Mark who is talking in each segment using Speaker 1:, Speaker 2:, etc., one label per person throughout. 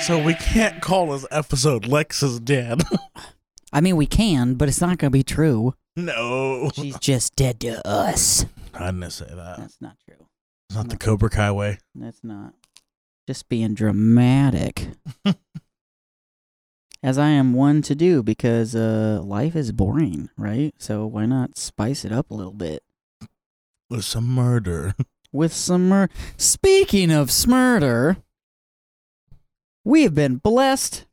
Speaker 1: So we can't call this episode Lex is dead.
Speaker 2: I mean, we can, but it's not going to be true.
Speaker 1: no.
Speaker 2: She's just dead to us.
Speaker 1: I didn't say that.
Speaker 2: That's not true.
Speaker 1: It's not the Cobra Kai way.
Speaker 2: That's not. Just being dramatic. As I am one to do because uh, life is boring, right? So why not spice it up a little bit
Speaker 1: With some murder.
Speaker 2: with some mur- Speaking of smurder, we have been blessed.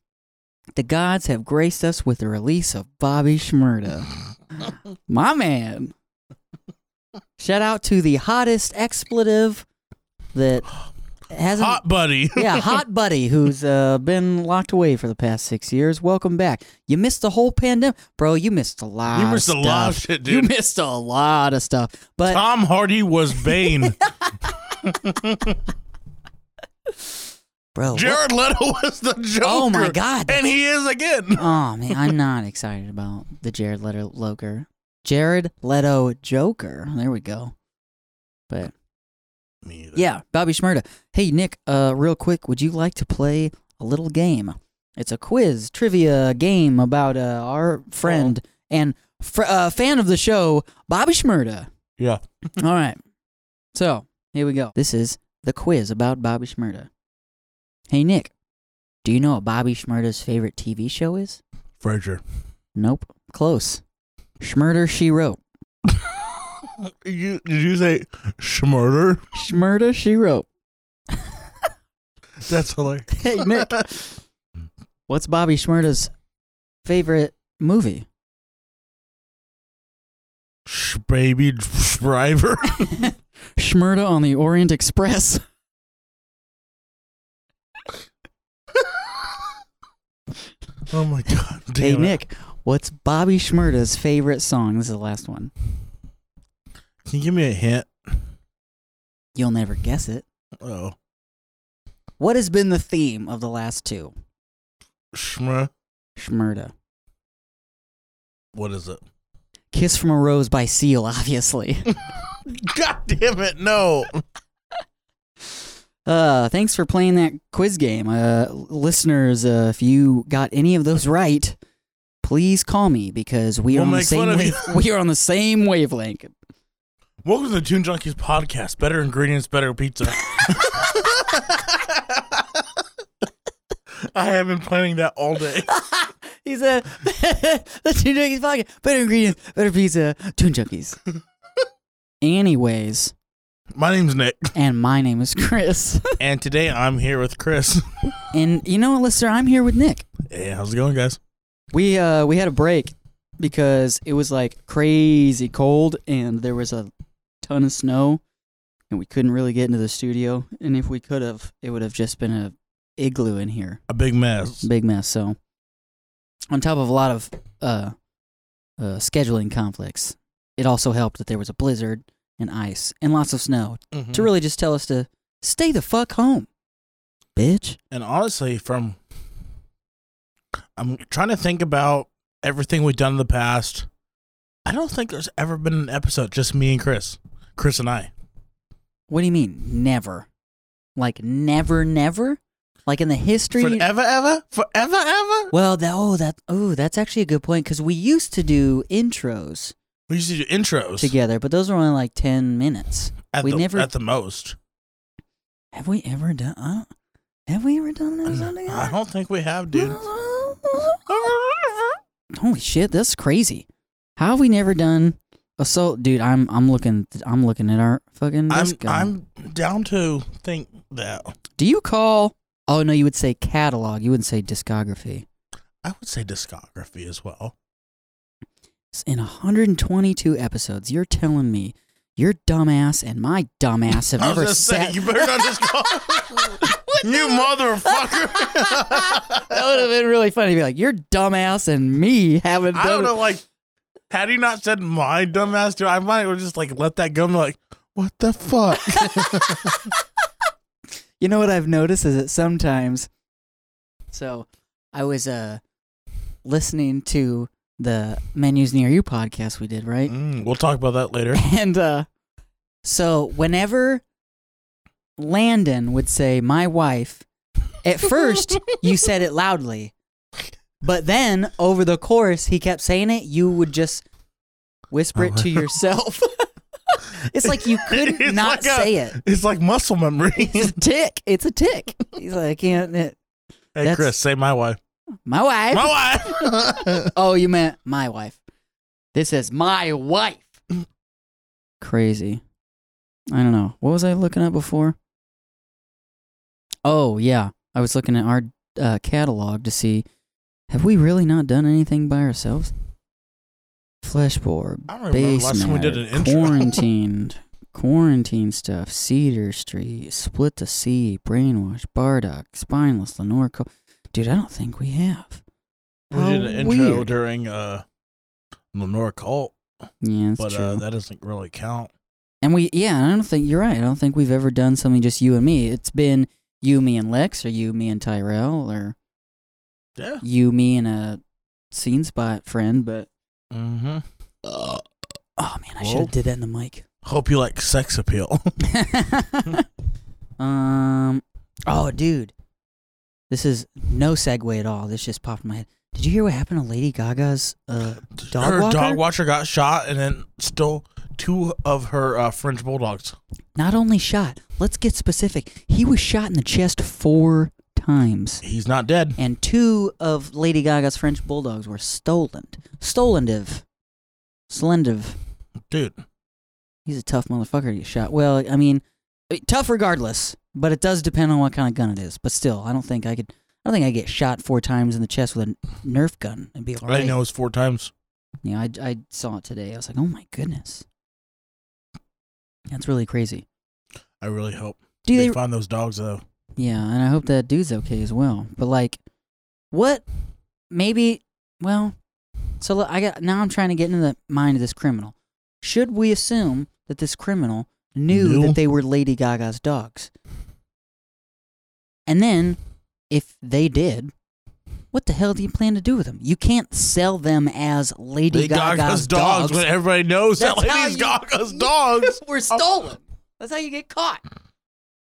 Speaker 2: The gods have graced us with the release of Bobby Shmurda. My man. Shout out to the hottest expletive that hasn't
Speaker 1: Hot buddy.
Speaker 2: yeah, hot buddy who's uh, been locked away for the past six years. Welcome back. You missed the whole pandemic, bro. You missed a lot.
Speaker 1: You
Speaker 2: of
Speaker 1: missed a lot of
Speaker 2: stuff.
Speaker 1: shit,
Speaker 2: You
Speaker 1: dude.
Speaker 2: missed a lot of stuff. But
Speaker 1: Tom Hardy was Bane.
Speaker 2: bro, what-
Speaker 1: Jared Leto was the Joker.
Speaker 2: oh my god.
Speaker 1: And he is again.
Speaker 2: oh man, I'm not excited about the Jared Leto Loker. Jared Leto Joker. Oh, There we go. But
Speaker 1: Me either.
Speaker 2: yeah, Bobby Shmurda. Hey Nick, uh, real quick, would you like to play a little game? It's a quiz trivia game about uh, our friend and fr- uh, fan of the show, Bobby Shmurda.
Speaker 1: Yeah.
Speaker 2: All right. So here we go. This is the quiz about Bobby Shmurda. Hey Nick, do you know what Bobby Shmurda's favorite TV show is?
Speaker 1: Frasier.
Speaker 2: Nope. Close. Shmurder She Wrote.
Speaker 1: You did you say schmurder?
Speaker 2: Shmurda She Wrote.
Speaker 1: That's hilarious.
Speaker 2: Hey Nick, what's Bobby Shmurda's favorite movie?
Speaker 1: Sh- baby driver.
Speaker 2: Shmurda on the Orient Express.
Speaker 1: Oh my god.
Speaker 2: hey
Speaker 1: Damn it.
Speaker 2: Nick, what's Bobby Shmurda's favorite song? This is the last one.
Speaker 1: Can you give me a hint?
Speaker 2: You'll never guess it.
Speaker 1: Oh.
Speaker 2: What has been the theme of the last two?
Speaker 1: Schmur.
Speaker 2: Shmurda.
Speaker 1: What is it?
Speaker 2: Kiss from a Rose by Seal, obviously.
Speaker 1: God damn it, no.
Speaker 2: Uh, thanks for playing that quiz game. Uh, listeners, uh, if you got any of those right, please call me because we are
Speaker 1: We'll
Speaker 2: on the
Speaker 1: make
Speaker 2: same
Speaker 1: fun of you.
Speaker 2: wave- we are on the same wavelength.
Speaker 1: Welcome to the Tune Junkies podcast. Better ingredients, better pizza. I have been planning that all day.
Speaker 2: He said, "The Toon Junkies pocket, better ingredients, better pizza, Toon Junkies." Anyways,
Speaker 1: My name's Nick,
Speaker 2: and my name is Chris,
Speaker 1: and today I'm here with Chris.
Speaker 2: and you know what, listener, I'm here with Nick.
Speaker 1: Hey, how's it going, guys?
Speaker 2: We uh we had a break because it was like crazy cold and there was a ton of snow and we couldn't really get into the studio and if we could have it would have just been a igloo in here.
Speaker 1: A big mess.
Speaker 2: Big mess, so on top of a lot of uh uh scheduling conflicts, it also helped that there was a blizzard and ice and lots of snow
Speaker 1: Mm-hmm.
Speaker 2: to
Speaker 1: Mm.
Speaker 2: really just tell us to stay the fuck home. Bitch.
Speaker 1: And honestly, from I'm trying to think about everything we've done in the past. I don't think there's ever been an episode just me and Chris, Chris and I.
Speaker 2: What do you mean, never? Like never, never? Like in the history?
Speaker 1: Forever, ever, forever, ever.
Speaker 2: well, that oh that oh that's actually a good point because we used to do intros
Speaker 1: We used to do intros
Speaker 2: together, but those were only like ten minutes.
Speaker 1: at
Speaker 2: we
Speaker 1: the
Speaker 2: never-
Speaker 1: at the most.
Speaker 2: Have we ever done? I don't, have we ever done an episode together?
Speaker 1: I don't think we have, dude.
Speaker 2: Holy shit, that's crazy. How have we never done a so? Dude, I'm I'm looking I'm looking at our fucking.
Speaker 1: I'm
Speaker 2: disco.
Speaker 1: I'm down to think that
Speaker 2: Do you call? Oh no, you would say catalog. You wouldn't say discography.
Speaker 1: I would say discography as well.
Speaker 2: in 122 episodes, you're telling me your dumbass and my dumbass have
Speaker 1: I was
Speaker 2: never
Speaker 1: just saying,
Speaker 2: sat.
Speaker 1: you better not discography. you motherfucker.
Speaker 2: that would have been really funny to be like, your dumbass and me haven't done
Speaker 1: I don't know, like, had he not said my dumbass, dude, I might have just like let that go and be like, what the fuck?
Speaker 2: You know what I've noticed is that sometimes. So I was uh, listening to the Menus Near You podcast we did, right?
Speaker 1: Mm, we'll talk about that later.
Speaker 2: And uh, so whenever Landon would say, my wife, At first, you said it loudly, but then over the course, he kept saying it. You would just whisper it to yourself. it's like you couldn't
Speaker 1: Oh. It's
Speaker 2: not
Speaker 1: like a-
Speaker 2: say it.
Speaker 1: It's like muscle memory.
Speaker 2: It's a tick. It's a tick. He's like, I can't. It,
Speaker 1: hey,
Speaker 2: That's-
Speaker 1: Chris, say my wife.
Speaker 2: my wife.
Speaker 1: My wife.
Speaker 2: oh, you meant my wife. This is my wife. Crazy. I don't know. What was I looking at before? Oh, yeah. I was looking at our uh, catalog to see have we really not done anything by ourselves? Fleshboard,
Speaker 1: I don't remember the
Speaker 2: base
Speaker 1: last time we did
Speaker 2: matter,
Speaker 1: an intro.
Speaker 2: quarantined, quarantine stuff, Cedar Street, Split the Sea, Brainwash, Bardock, Spineless, Lenore Co. Dude, I don't think we have.
Speaker 1: we did an
Speaker 2: How
Speaker 1: intro
Speaker 2: weird.
Speaker 1: during uh, Lenore Cult,
Speaker 2: Yeah, that's
Speaker 1: but
Speaker 2: true.
Speaker 1: uh, that doesn't really count.
Speaker 2: and we, yeah, I don't think you're right. I don't think we've ever done something just you and me. It's been you, me, and Lex, or you, me, and Tyrell, or
Speaker 1: Yeah.
Speaker 2: you, me, and a scene spot friend. But
Speaker 1: Mm-hmm.
Speaker 2: oh man,
Speaker 1: Whoa.
Speaker 2: I should have did that in the mic.
Speaker 1: Hope you like sex appeal.
Speaker 2: um. Oh, dude, this is no segue at all. This just popped in my head. Did you hear what happened to Lady Gaga's? Uh, Dog
Speaker 1: her
Speaker 2: walker?
Speaker 1: dog watcher got shot, and then still two of her uh, French bulldogs.
Speaker 2: not only shot. Let's get specific. He was shot in the chest four times.
Speaker 1: He's not dead.
Speaker 2: and two of Lady Gaga's French bulldogs were stolen. Stolendive. Solendive.
Speaker 1: Dude,
Speaker 2: He's a tough motherfucker to get shot. Well, I mean, I- tough regardless, but it does depend on what kind of gun it is. But still, I don't think I could. I don't think I get shot four times in the chest with a Nerf gun and be all
Speaker 1: I
Speaker 2: right.
Speaker 1: didn't know it was four times.
Speaker 2: Yeah, I, I saw it today. I was like, oh my goodness, that's really crazy.
Speaker 1: I really hope
Speaker 2: Do
Speaker 1: they,
Speaker 2: they?
Speaker 1: find those dogs though.
Speaker 2: Yeah, and I hope that dude's okay as well. But like, what? Maybe. Well, so look, I got now. I'm trying to get into the mind of this criminal. Should we assume that this criminal knew
Speaker 1: Knew?
Speaker 2: that they were Lady Gaga's dogs? And then, if they did, what the hell do you plan to do with them? You can't sell them as Lady,
Speaker 1: Lady
Speaker 2: Gaga's, dogs.
Speaker 1: when everybody knows that
Speaker 2: That's how
Speaker 1: Lady
Speaker 2: you-
Speaker 1: Gaga's dogs.
Speaker 2: were stolen. That's how you get caught.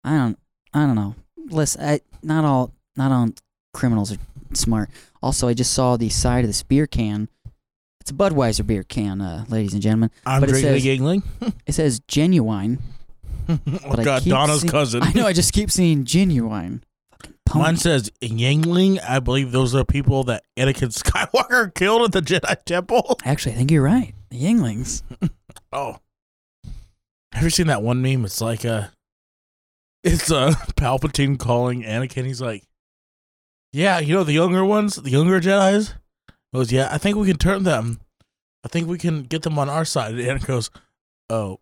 Speaker 2: I don't. I don't know. Listen, I, not all not all criminals are smart. Also, I just saw the side of this beer can. It's a Budweiser beer can, uh, ladies and gentlemen.
Speaker 1: I'm
Speaker 2: But it
Speaker 1: drinking
Speaker 2: says-
Speaker 1: a Yingling.
Speaker 2: It says genuine.
Speaker 1: oh
Speaker 2: But I
Speaker 1: God,
Speaker 2: keep
Speaker 1: Donna's
Speaker 2: see-
Speaker 1: cousin.
Speaker 2: I know. I just keep seeing genuine. Fucking punk.
Speaker 1: Mine says Yingling. I believe those are people that Anakin Skywalker killed at the Jedi Temple.
Speaker 2: Actually, I think you're right. The Yinglings.
Speaker 1: Oh, have you seen that one meme? It's like uh it's uh Palpatine calling Anakin. He's like, "Yeah, you know the younger ones, the younger Jedi's." He goes, "Yeah, I think we can turn them. I think we can get them on our side." And Anakin goes, "Oh,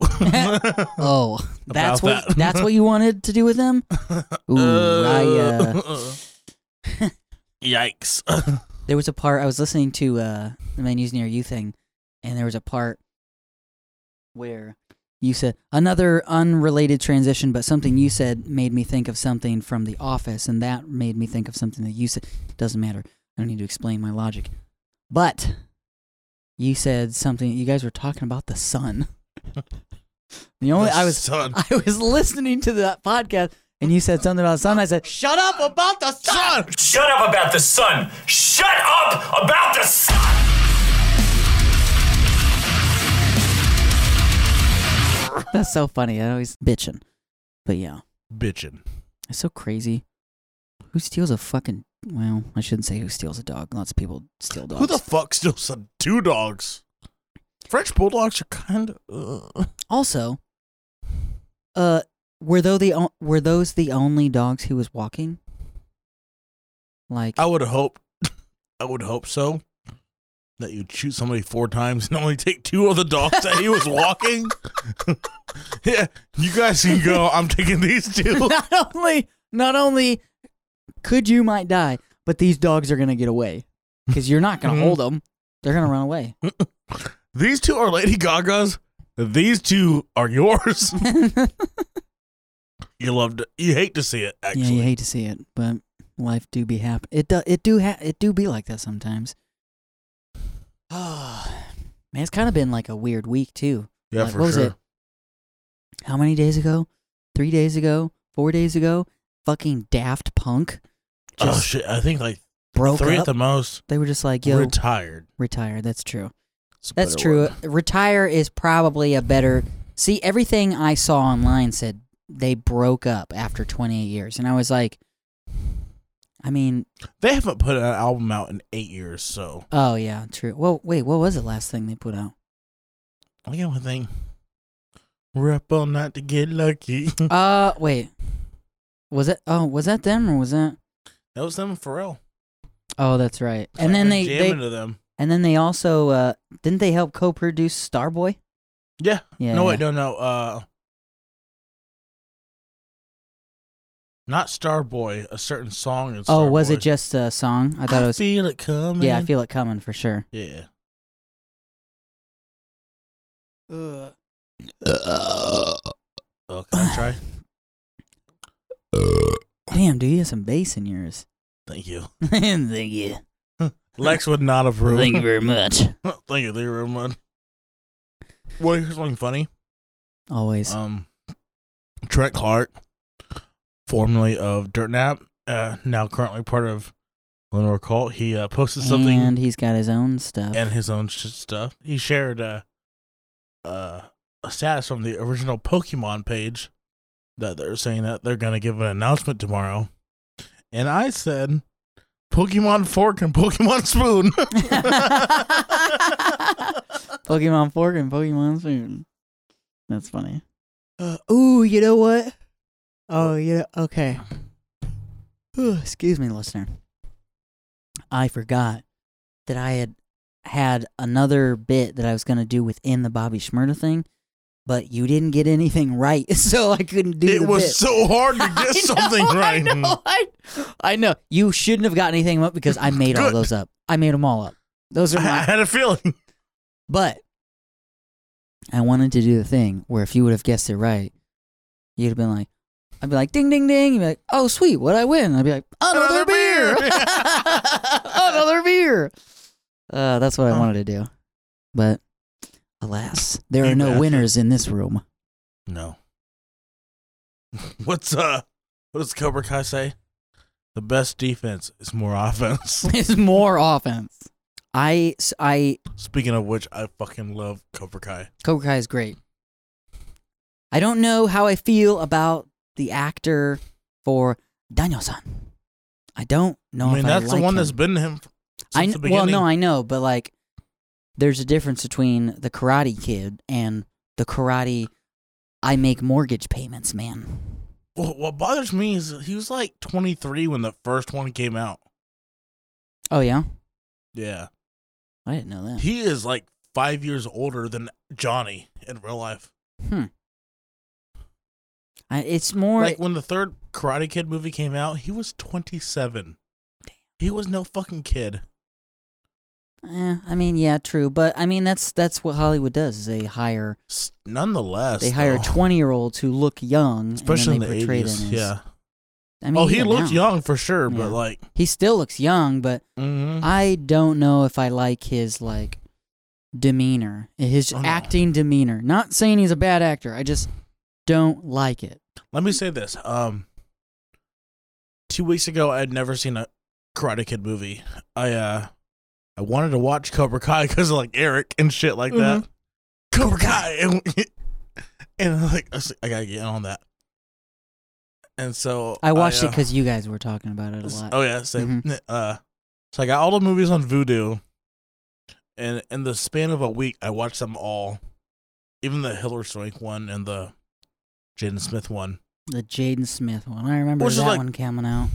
Speaker 2: Oh, that's
Speaker 1: About
Speaker 2: what
Speaker 1: that.
Speaker 2: that's what you wanted to do with them. Ooh, I, uh,
Speaker 1: Uh, yikes!"
Speaker 2: There was a part I was listening to uh, the menus near you thing, and there was a part where you said another unrelated transition, but something you said made me think of something from The Office, and that made me think of something that you said. Doesn't matter. I don't need to explain my logic, but you said something. You guys were talking about the sun. the only I was
Speaker 1: son.
Speaker 2: I was listening to that podcast, and you said something about the sun. I said, "Shut up about the sun."
Speaker 1: Son!
Speaker 3: Shut up about the sun. Shut up about the sun.
Speaker 2: That's so funny. I always bitching. But yeah,
Speaker 1: Bitchin'.
Speaker 2: it's so crazy. Who steals a fucking. Well, I shouldn't say who steals a dog. Lots of people steal dogs.
Speaker 1: Who the fuck steals some two dogs? French bulldogs are kind of. Uh,
Speaker 2: also, uh, were though the o- were those the only dogs he was walking? Like,
Speaker 1: I would hope. I would hope so. That you'd shoot somebody four times and only take two of the dogs that he was walking. yeah, you guys can go. I'm taking these two.
Speaker 2: not only not only could you might die, but these dogs are gonna get away because you're not gonna
Speaker 1: Mhm.
Speaker 2: hold them. They're gonna run away.
Speaker 1: These two are Lady Gaga's. These two are yours.
Speaker 2: yeah,
Speaker 1: You love to. You hate to see it. Actually,
Speaker 2: you hate to see it, but life do be happen. It do it do ha- it do be like that sometimes. Oh, man, it's kind of been like a weird week too.
Speaker 1: Yeah,
Speaker 2: like,
Speaker 1: for
Speaker 2: what was
Speaker 1: sure.
Speaker 2: it? How many days ago? Three days ago? Four days ago? Fucking Daft Punk
Speaker 1: oh
Speaker 2: just
Speaker 1: shit! I think like
Speaker 2: broke
Speaker 1: three
Speaker 2: up.
Speaker 1: at the most.
Speaker 2: they were just like, "Yo,
Speaker 1: We're tired.
Speaker 2: retire." That's true.
Speaker 1: It's a
Speaker 2: That's
Speaker 1: better
Speaker 2: true.
Speaker 1: word.
Speaker 2: Retire is probably a better. See, everything I saw online said they broke up after 28 years, and I was like, I mean,
Speaker 1: They haven't put an album out in eight years, so
Speaker 2: oh yeah, true. Well, wait, what was the last thing they put out?
Speaker 1: I got one thing. We're up all night to get lucky.
Speaker 2: Uh, wait, was it? Oh, was that them or was that?
Speaker 1: that was them and Pharrell.
Speaker 2: Oh, that's right. And then they,
Speaker 1: I've been
Speaker 2: they
Speaker 1: jamming to them.
Speaker 2: and then they also uh didn't they help co-produce Starboy?
Speaker 1: Yeah.
Speaker 2: Yeah.
Speaker 1: No, wait, no, no. Uh, not Starboy. A certain song. In
Speaker 2: Oh, was it
Speaker 1: Starboy.
Speaker 2: just a song? I
Speaker 1: I,
Speaker 2: thought it was.
Speaker 1: feel it coming.
Speaker 2: Yeah, I feel it coming for sure.
Speaker 1: Yeah. Oh, can I try?
Speaker 2: Damn, dude, you have some bass in yours.
Speaker 1: Thank you.
Speaker 2: Thank you.
Speaker 1: Lex would not approve.
Speaker 2: Thank you very much.
Speaker 1: Thank you, thank you very much. Well, here's something funny.
Speaker 2: Always.
Speaker 1: Um, Trent Clark, formerly of Dirt Nap, uh, now currently part of Lenore Cult, he uh, posted something
Speaker 2: And he's got his own stuff.
Speaker 1: and his own sh- stuff. He shared uh, uh, a status from the original Pokemon page that they're saying that they're going to give an announcement tomorrow. And I said, Pokemon Fork and Pokemon Spoon.
Speaker 2: Pokemon Fork and Pokemon Spoon. That's funny. Uh, ooh, you know what? Oh, you know, okay. Ooh, excuse me, listener. I forgot that I had had another bit that I was going to do within the Bobby Schmurda thing, but you didn't get anything right, so I couldn't do the
Speaker 1: it was
Speaker 2: bit.
Speaker 1: so hard to
Speaker 2: I
Speaker 1: get something
Speaker 2: know,
Speaker 1: right.
Speaker 2: I know, I, I know. You shouldn't have gotten anything up because I made all
Speaker 1: Good.
Speaker 2: those up. I made them all up. Those are
Speaker 1: I
Speaker 2: my.
Speaker 1: had a feeling.
Speaker 2: But I wanted to do the thing where if you would have guessed it right, you'd have been like, I'd be like, ding, ding, ding. You'd be like, oh, sweet, what I win? I'd be like, another,
Speaker 1: Another
Speaker 2: beer.
Speaker 1: beer.
Speaker 2: another beer. Uh, that's what I
Speaker 1: Huh.
Speaker 2: wanted to do. But alas, there
Speaker 1: You
Speaker 2: are no
Speaker 1: bastard.
Speaker 2: winners in this room.
Speaker 1: No. What's uh what does Cobra Kai say? The best defense is more offense.
Speaker 2: it's more offense. I, s- I
Speaker 1: Speaking of which, I fucking love Cobra Kai.
Speaker 2: Cobra Kai is great. I don't know how I feel about the actor for Daniel-san. I don't know.
Speaker 1: I mean,
Speaker 2: if
Speaker 1: that's
Speaker 2: like
Speaker 1: the one
Speaker 2: him.
Speaker 1: that's been him since the
Speaker 2: I kn- well,
Speaker 1: beginning.
Speaker 2: no, I know, but like, there's a difference between the Karate Kid and the Karate. I make mortgage payments, man.
Speaker 1: Well, what bothers me is he was like 23 when the first one came out.
Speaker 2: Oh yeah,
Speaker 1: Yeah,
Speaker 2: I didn't know that.
Speaker 1: he is like five years older than Johnny in real life.
Speaker 2: Hmm. I, it's more.
Speaker 1: like when the third Karate Kid movie came out, he was 27. He was no fucking kid.
Speaker 2: eh, I mean, yeah, true, but I mean, that's that's what Hollywood does. Is they hire
Speaker 1: S- Nonetheless,
Speaker 2: they hire
Speaker 1: though.
Speaker 2: twenty year olds who look young,
Speaker 1: especially in
Speaker 2: and
Speaker 1: the
Speaker 2: then they portray
Speaker 1: 80s.
Speaker 2: them as-
Speaker 1: yeah.
Speaker 2: I mean,
Speaker 1: oh, he
Speaker 2: even
Speaker 1: looked
Speaker 2: now.
Speaker 1: young for sure,
Speaker 2: Yeah.
Speaker 1: but like,
Speaker 2: He still looks young, but
Speaker 1: mhm.
Speaker 2: I don't know if I like his like demeanor, his
Speaker 1: Oh, no.
Speaker 2: acting demeanor. Not saying he's a bad actor. I just don't like it.
Speaker 1: let me say this. Um, two weeks ago, I had never seen a Karate Kid movie. I uh, I wanted to watch Cobra Kai because of like Eric and shit like that. Cobra Kai, and, and I'm like, I was like, I gotta get on that. And so
Speaker 2: I watched
Speaker 1: it
Speaker 2: it 'cause it because you guys were talking about it a lot.
Speaker 1: Uh, Oh yeah, same. Uh, so I got all the movies on Vudu, and in the span of a week, I watched them all, even the Hiller Swank one and the Jaden Smith one,
Speaker 2: The Jaden Smith one. I remember
Speaker 1: Which is
Speaker 2: that
Speaker 1: like-
Speaker 2: one coming out.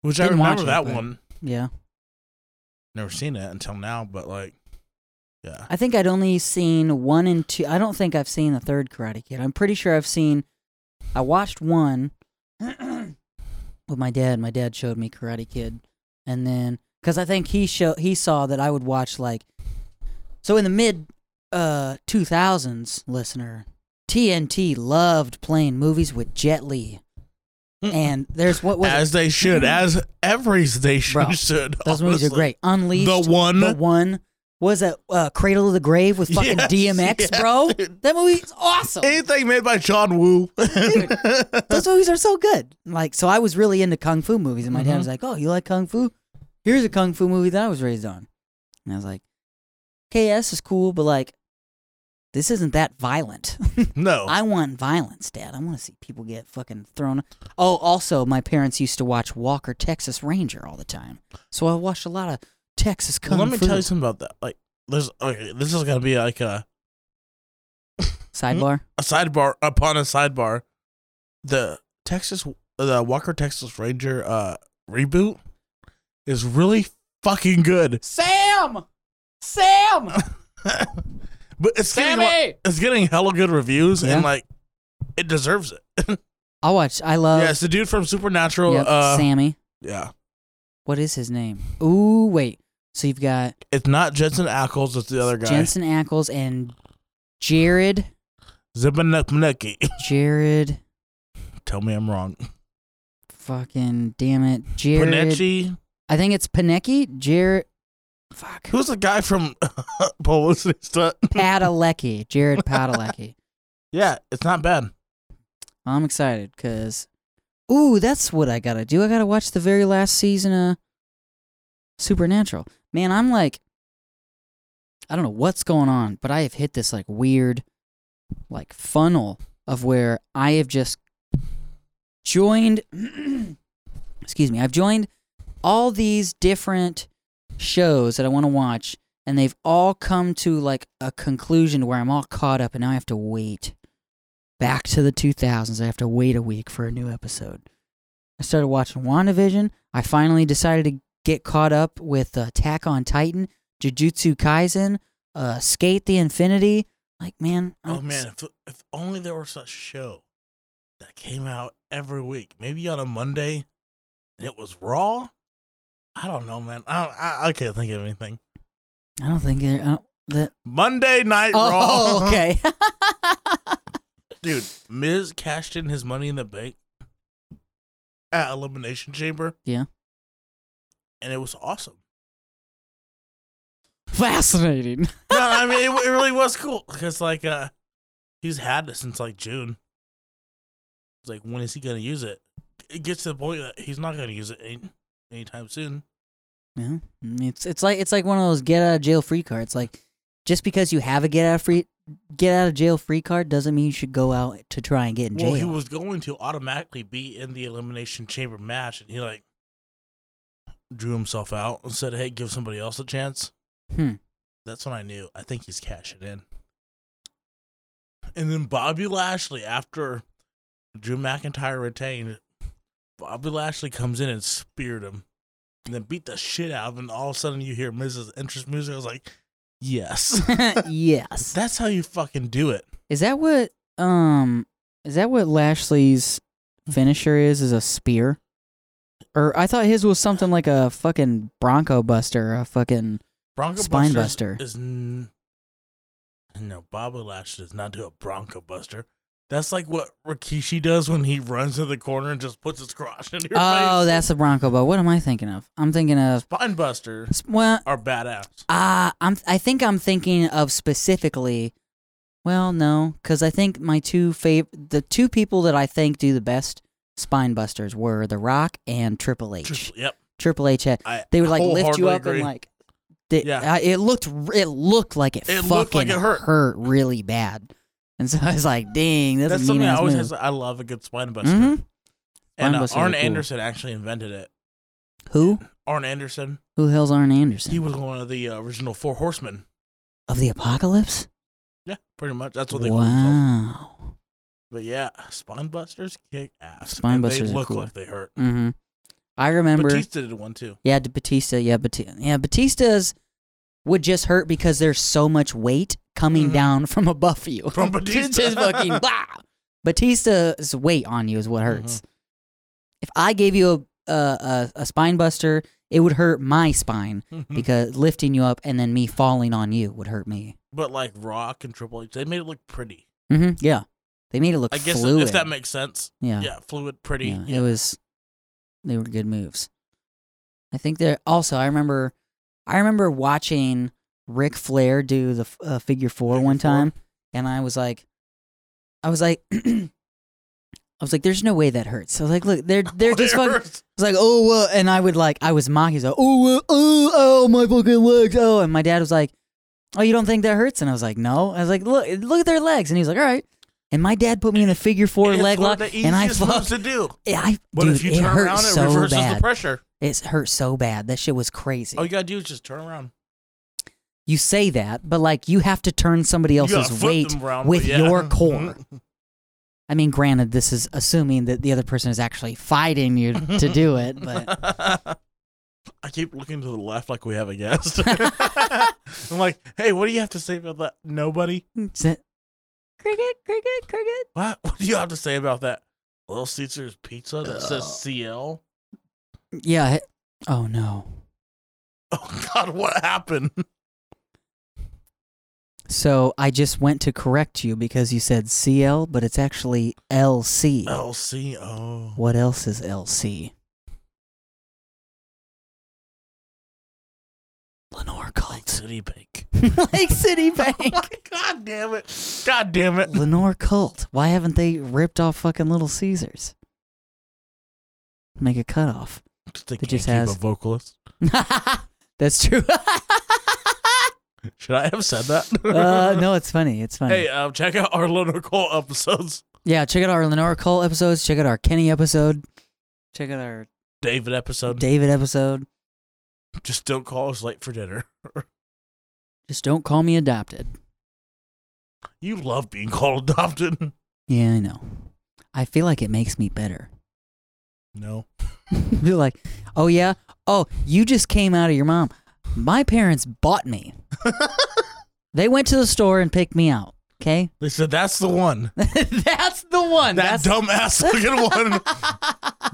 Speaker 1: which I
Speaker 2: Didn't watch
Speaker 1: remember
Speaker 2: it,
Speaker 1: that
Speaker 2: but-
Speaker 1: one.
Speaker 2: Yeah.
Speaker 1: Never seen it until now, but like, yeah,
Speaker 2: I think I'd only seen one and two. I don't think I've seen the third Karate Kid. I'm pretty sure I've seen. I watched one with my dad. My dad showed me Karate Kid, and then because I think he show he saw that I would watch like. So in the mid uh 2000s, listener, TNT loved playing movies with Jet Li, and there's what was it?
Speaker 1: as they should, as every station
Speaker 2: Mm-hmm. Bro,
Speaker 1: should.
Speaker 2: those movies are
Speaker 1: honestly.
Speaker 2: great. Unleashed,
Speaker 1: The one,
Speaker 2: the one, was it uh, Cradle of the Grave with fucking
Speaker 1: Yes,
Speaker 2: DMX,
Speaker 1: yes,
Speaker 2: bro?
Speaker 1: dude.
Speaker 2: That movie's awesome.
Speaker 1: Anything made by John Woo.
Speaker 2: Those movies are so good. Like, so I was really into kung fu movies, and my
Speaker 1: Mm-hmm.
Speaker 2: dad was like, "Oh, you like kung fu? Here's a kung fu movie that I was raised on." And I was like, "Okay, yeah, this is cool, but like, this isn't that violent.
Speaker 1: no.
Speaker 2: I want violence, Dad. I want to see people get fucking thrown." Oh, also, my parents used to watch Walker Texas Ranger all the time, so I watched a lot of Texas kung
Speaker 1: Let me
Speaker 2: fu.
Speaker 1: tell you something about that. Like, there's okay, this is gonna be like a,
Speaker 2: Sidebar.
Speaker 1: a sidebar upon a sidebar. The Texas, the Walker Texas Ranger uh reboot is really fucking good,
Speaker 2: Sam, Sam,
Speaker 1: but it's getting like, it's getting hella good reviews
Speaker 2: Yeah.
Speaker 1: and like it deserves it.
Speaker 2: I watch. I love.
Speaker 1: yeah, it's the dude from Supernatural.
Speaker 2: yep,
Speaker 1: uh,
Speaker 2: Sammy.
Speaker 1: yeah,
Speaker 2: What is his name? Ooh, wait. So you've got
Speaker 1: it's not Jensen Ackles. It's the other guy,
Speaker 2: Jensen Ackles and Jared.
Speaker 1: Zibanejad.
Speaker 2: Jared.
Speaker 1: Tell me I'm wrong.
Speaker 2: Fucking damn it. Jared.
Speaker 1: Panetti.
Speaker 2: I think it's Panecki. Jared. Fuck.
Speaker 1: Who's the guy from Publicity Stunt?
Speaker 2: Padalecki. Jared Padalecki.
Speaker 1: Yeah, it's not bad.
Speaker 2: I'm excited because. Ooh, that's what I gotta do. I gotta watch the very last season of Supernatural. Man, I'm like. I don't know what's going on, but I have hit this like weird, like funnel of where I have just joined. excuse me. I've joined all these different shows that I want to watch, and they've all come to like a conclusion where I'm all caught up, and now I have to wait. Back to the 2000s. I have to wait a week for a new episode. I started watching WandaVision. I finally decided to get caught up with uh, Attack on Titan, Jujutsu Kaisen, uh, Skate the Infinity. Like, man.
Speaker 1: Oh
Speaker 2: I'm-
Speaker 1: man, if, if only there was a show that came out every week, maybe on a Monday, and it was Raw. I don't know, man. I don't, I, I can't think of anything.
Speaker 2: I don't think it, I don't, that.
Speaker 1: Monday Night
Speaker 2: Oh,
Speaker 1: Raw.
Speaker 2: okay.
Speaker 1: dude. Miz cashed in his money in the bank at Elimination Chamber.
Speaker 2: Yeah.
Speaker 1: and it was awesome.
Speaker 2: Fascinating.
Speaker 1: No, I mean it, it really was cool because like uh, he's had it since like June. It's like when is he gonna use it? It gets to the point that he's not gonna use it any, anytime soon.
Speaker 2: Yeah, I mean, Mm, it's it's like it's like one of those get out of jail free cards. Like just because you have a get out of free get out of jail free card doesn't mean you should go out to try and get in jail.
Speaker 1: Well, he was going to automatically be in the elimination chamber match, and he like drew himself out and said, "Hey, give somebody else a chance."
Speaker 2: Hmm.
Speaker 1: That's when I knew. I think he's cashing in. And then Bobby Lashley, after Drew McIntyre retained, Bobby Lashley comes in and speared him, and then beat the shit out of him. And all of a sudden, you hear Mrs. Interest music. I was like, "Yes,
Speaker 2: yes.
Speaker 1: that's how you fucking do it."
Speaker 2: Is that what um is that what Lashley's finisher is? Is a spear? Or I thought his was something like a fucking Bronco Buster, a fucking
Speaker 1: Bronco
Speaker 2: Spine
Speaker 1: Buster
Speaker 2: Buster.
Speaker 1: is, is n- no Bobby Lashley does not do a Bronco Buster. That's like what Rikishi does when he runs to the corner and just puts his cross in your
Speaker 2: Oh,
Speaker 1: face.
Speaker 2: that's a Bronco, but what am I thinking of? I'm thinking of
Speaker 1: Spine Buster
Speaker 2: well,
Speaker 1: are badass.
Speaker 2: Ah, I'm. I think I'm thinking of specifically. Well, no, because I think my two fav- the two people that I think do the best spine busters were The Rock and Triple H.
Speaker 1: Just- yep.
Speaker 2: Triple H had
Speaker 1: I
Speaker 2: they would like lift you
Speaker 1: wholeheartedly
Speaker 2: up
Speaker 1: agree.
Speaker 2: and like. They,
Speaker 1: Yeah.
Speaker 2: uh, it looked r- it looked like it,
Speaker 1: It
Speaker 2: fucking
Speaker 1: looked like it hurt.
Speaker 2: really bad, and so I was like, "Dang, that's,
Speaker 1: That's
Speaker 2: a mean
Speaker 1: something I
Speaker 2: ass
Speaker 1: always
Speaker 2: move."
Speaker 1: has, I love a good spine buster.
Speaker 2: hmm
Speaker 1: And
Speaker 2: Spine
Speaker 1: uh,
Speaker 2: busters are
Speaker 1: Arn
Speaker 2: cool.
Speaker 1: Anderson actually invented it.
Speaker 2: Who
Speaker 1: Arn Anderson,
Speaker 2: who the hell's Arn Anderson
Speaker 1: he was one of the uh, original Four Horsemen.
Speaker 2: of the Apocalypse?
Speaker 1: Yeah, pretty much. That's what they call themselves.
Speaker 2: Wow.
Speaker 1: But yeah, spine busters kick ass.
Speaker 2: Spine
Speaker 1: and
Speaker 2: busters
Speaker 1: they
Speaker 2: are
Speaker 1: look
Speaker 2: cool.
Speaker 1: like they hurt.
Speaker 2: Mm-hmm. I remember.
Speaker 1: Batista did one too.
Speaker 2: Yeah, D- Batista. Yeah, Batista. Yeah, Batista's would just hurt because there's so much weight coming
Speaker 1: Mhm.
Speaker 2: down from above you.
Speaker 1: From Batista.
Speaker 2: just fucking blah. Batista's weight on you is what
Speaker 1: Mm-hmm.
Speaker 2: hurts. If I gave you a, a a a spine buster, it would hurt my spine
Speaker 1: Mm-hmm.
Speaker 2: because lifting you up and then me falling on you would hurt me.
Speaker 1: but like Rock and Triple H, they made it look pretty.
Speaker 2: hmm Yeah, they made it look
Speaker 1: I guess
Speaker 2: fluid.
Speaker 1: if that makes sense.
Speaker 2: yeah.
Speaker 1: Yeah, fluid, pretty.
Speaker 2: Yeah,
Speaker 1: Yeah.
Speaker 2: it was. They were good moves. I think there. Also, I remember. I remember watching Ric Flair do the f- uh, figure four
Speaker 1: Figure
Speaker 2: one
Speaker 1: four.
Speaker 2: time, and I was like, I was like, I was like, there's no way that hurts. I was like, look, they're they're just fucking. It's like, oh, uh, and I would like, I was mocking. He's like, oh, uh, oh, oh, my fucking legs. Oh, and my dad was like, oh, you don't think that hurts? And I was like, no. I was like, look, look at their legs. And he's like, all right. And my dad put me in a figure four
Speaker 1: It's
Speaker 2: leg
Speaker 1: one
Speaker 2: lock,
Speaker 1: of the
Speaker 2: and I
Speaker 1: easiest moves
Speaker 2: fucked.
Speaker 1: to do.
Speaker 2: I,
Speaker 1: But
Speaker 2: dude,
Speaker 1: if you
Speaker 2: it
Speaker 1: turn
Speaker 2: hurt
Speaker 1: around, it
Speaker 2: so
Speaker 1: reverses
Speaker 2: bad.
Speaker 1: the pressure.
Speaker 2: It hurt so bad. That shit was crazy.
Speaker 1: All you gotta do is just turn around.
Speaker 2: you say that, but like, you have to turn somebody
Speaker 1: You gotta
Speaker 2: else's
Speaker 1: flip
Speaker 2: weight
Speaker 1: them around,
Speaker 2: with
Speaker 1: but yeah.
Speaker 2: your core. I mean, granted, this is assuming that the other person is actually fighting you to do it, but
Speaker 1: I keep looking to the left like we have a guest. I'm like, hey, what do you have to say about that? Nobody.
Speaker 2: cricket, cricket, cricket.
Speaker 1: What? What do you have to say about that? Little Caesar's pizza that says CL.
Speaker 2: Yeah. it- Oh no.
Speaker 1: Oh God, what happened?
Speaker 2: So I just went to correct you because you said CL, but it's actually LC.
Speaker 1: LCO.
Speaker 2: What else is LC? Lenore Cult.
Speaker 1: City Bank.
Speaker 2: Lake City
Speaker 1: Oh
Speaker 2: Bank.
Speaker 1: my God damn it! God damn it!
Speaker 2: Lenore Cult. Why haven't they ripped off fucking Little Caesars? Make a cutoff.
Speaker 1: They
Speaker 2: It
Speaker 1: can't
Speaker 2: just
Speaker 1: keep
Speaker 2: has-
Speaker 1: a vocalist.
Speaker 2: That's true.
Speaker 1: Should I have said that?
Speaker 2: uh, no, it's funny. It's funny.
Speaker 1: Hey, um, check out our Lunar Cole episodes.
Speaker 2: Yeah, check out our Lenore Cole episodes. Check out our Kenny episode. Check out our
Speaker 1: David episode.
Speaker 2: David episode.
Speaker 1: Just don't call us late for dinner.
Speaker 2: Just don't call me adopted.
Speaker 1: You love being called adopted.
Speaker 2: Yeah, I know. I feel like it makes me better.
Speaker 1: No.
Speaker 2: You're like, oh yeah, oh you just came out of your mom. My parents bought me. they went to the store and picked me out. Okay,
Speaker 1: They said that's the one.
Speaker 2: that's the one.
Speaker 1: That
Speaker 2: that's
Speaker 1: dumbass looking one.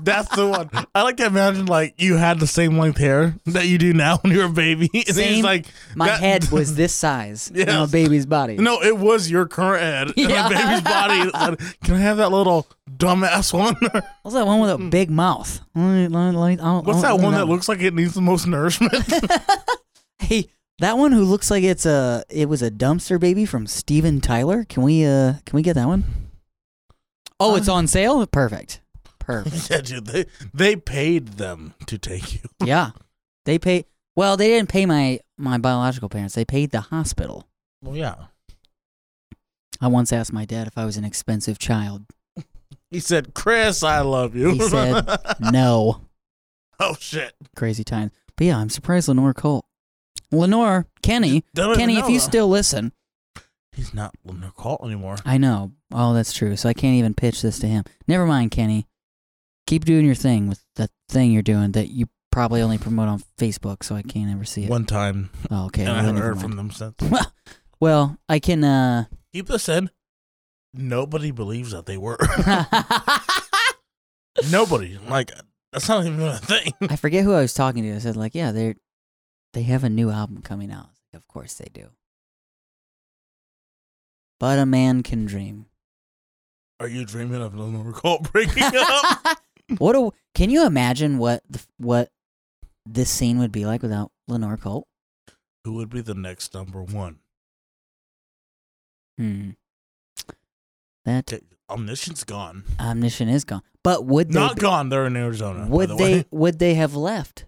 Speaker 1: That's the one. I like to imagine like you had the same length hair that you do now when you were a baby. And then
Speaker 2: Same.
Speaker 1: he's like
Speaker 2: my
Speaker 1: that-
Speaker 2: head was this size in a
Speaker 1: Yes.
Speaker 2: baby's body.
Speaker 1: No, it was your current head in
Speaker 2: Yeah.
Speaker 1: a baby's body. that said, Can I have that little dumbass one?
Speaker 2: What's that one with a big mouth? What's
Speaker 1: Mm. What's that one that looks like it needs the most nourishment?
Speaker 2: Hey, that one who looks like it's a it was a dumpster baby from Steven Tyler. Can we uh can we get that one? Oh,
Speaker 1: Uh.
Speaker 2: it's on sale? Perfect. Perfect.
Speaker 1: yeah, dude. They they paid them to take you.
Speaker 2: yeah. They pay well, they didn't pay my my biological parents. They paid the hospital.
Speaker 1: Well, yeah.
Speaker 2: I once asked my dad if I was an expensive child.
Speaker 1: He said, "Chris, I love you."
Speaker 2: He said- No.
Speaker 1: "Oh shit,
Speaker 2: Crazy times. But yeah, I'm surprised Lenore Cole. Lenore, Kenny,
Speaker 1: Don't even
Speaker 2: Kenny,
Speaker 1: know,
Speaker 2: if you
Speaker 1: though.
Speaker 2: still listen,
Speaker 1: he's not Lunar Cult anymore."
Speaker 2: I know. Oh, that's true. So I can't even pitch this to him. Never mind, Kenny. Keep doing your thing with that thing you're doing that you probably only promote on Facebook, so I can't ever see it.
Speaker 1: One time,
Speaker 2: Oh, okay.
Speaker 1: and I
Speaker 2: Well,
Speaker 1: haven't
Speaker 2: never
Speaker 1: heard
Speaker 2: mind.
Speaker 1: from them since.
Speaker 2: well, I can. uh
Speaker 1: Keep this in. Nobody believes that they were.
Speaker 2: uh, I
Speaker 1: Nobody. Like that's not even a thing.
Speaker 2: forget who I was talking to. I said like, yeah, they're they have a new album coming out. Of course they do. But a man can dream.
Speaker 1: Are you dreaming of Lunar Cult breaking up?
Speaker 2: what a, can you imagine what the, what this scene would be like without Lenore Colt?
Speaker 1: Who would be the next number one?
Speaker 2: Hmm. That
Speaker 1: Okay, Omniscient's gone.
Speaker 2: omniscient is gone. But would they
Speaker 1: Not
Speaker 2: be-
Speaker 1: gone. They're in Arizona. by
Speaker 2: would
Speaker 1: the
Speaker 2: they
Speaker 1: way.
Speaker 2: would they have left?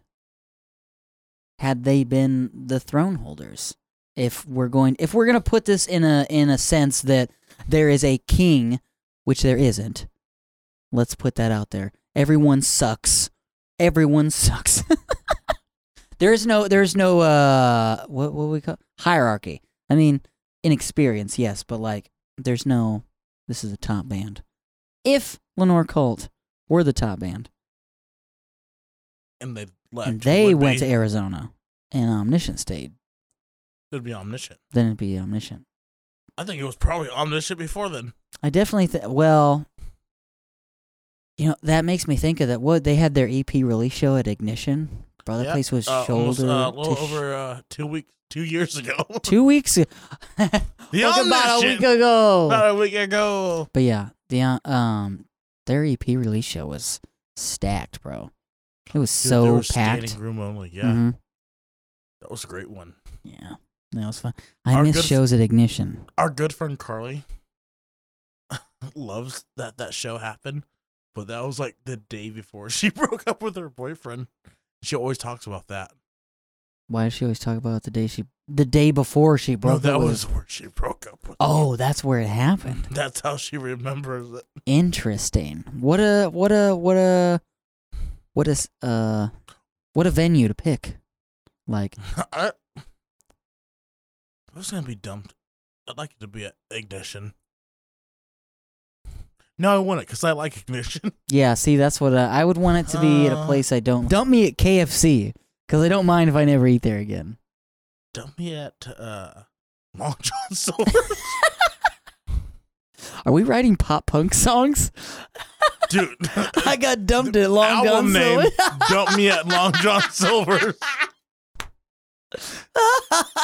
Speaker 2: Had they been the throne holders? If we're going if we're gonna put this in a in a sense that there is a king, which there isn't, let's put that out there. Everyone sucks. Everyone sucks. there is no there is no uh what what we call hierarchy. I mean inexperience, yes, but like there's no this is a top band. If Lenore Colt were the top band,
Speaker 1: And they left.
Speaker 2: and they
Speaker 1: would
Speaker 2: went
Speaker 1: be,
Speaker 2: to Arizona, and Omniscient stayed.
Speaker 1: It'd be Omniscient.
Speaker 2: Then it'd be Omniscient.
Speaker 1: I think it was probably Omniscient before then.
Speaker 2: I definitely think. Well, you know that makes me think of that. What they had their EP release show at Ignition. Bro, that
Speaker 1: Yeah,
Speaker 2: place was
Speaker 1: Uh, almost,
Speaker 2: shoulder
Speaker 1: uh, a
Speaker 2: to
Speaker 1: little
Speaker 2: sh-
Speaker 1: over uh, two weeks, two years ago.
Speaker 2: two weeks. ago.
Speaker 1: the
Speaker 2: Like about
Speaker 1: Omniscient. Uh,
Speaker 2: a week ago.
Speaker 1: About a week ago.
Speaker 2: But yeah, the uh, um their EP release show was stacked, bro. It was
Speaker 1: Dude, they
Speaker 2: so
Speaker 1: were
Speaker 2: packed. Mm-hmm.
Speaker 1: Standing room only. Yeah,
Speaker 2: Mhm.
Speaker 1: that was a great one.
Speaker 2: Yeah. That was fun. I
Speaker 1: Our
Speaker 2: miss
Speaker 1: good-
Speaker 2: shows at Ignition.
Speaker 1: Our good friend Carly loves that that show happened, but that was like the day before she broke up with her boyfriend. She always talks about that.
Speaker 2: Why does she always talk about the day she, the day before she
Speaker 1: Bro,
Speaker 2: broke
Speaker 1: that
Speaker 2: up with-
Speaker 1: was where she broke up with.
Speaker 2: Oh, that's where it happened.
Speaker 1: That's how she remembers it.
Speaker 2: Interesting. What a what a what a what a s- uh what a venue to pick. Like
Speaker 1: I, if I was gonna be dumped. I'd like it to be at ignition. No, I want it because I like ignition.
Speaker 2: yeah, see that's what uh, I, I would want it to be at a
Speaker 1: Uh.
Speaker 2: place I don't. Dump me at KFC cuz I don't mind if I never eat there again.
Speaker 1: Dump me at uh, Long John Silver,
Speaker 2: Are we writing pop punk songs?
Speaker 1: dude.
Speaker 2: I got dumped at Long
Speaker 1: album
Speaker 2: John
Speaker 1: name.
Speaker 2: Silver.
Speaker 1: Dump me at Long John Silver.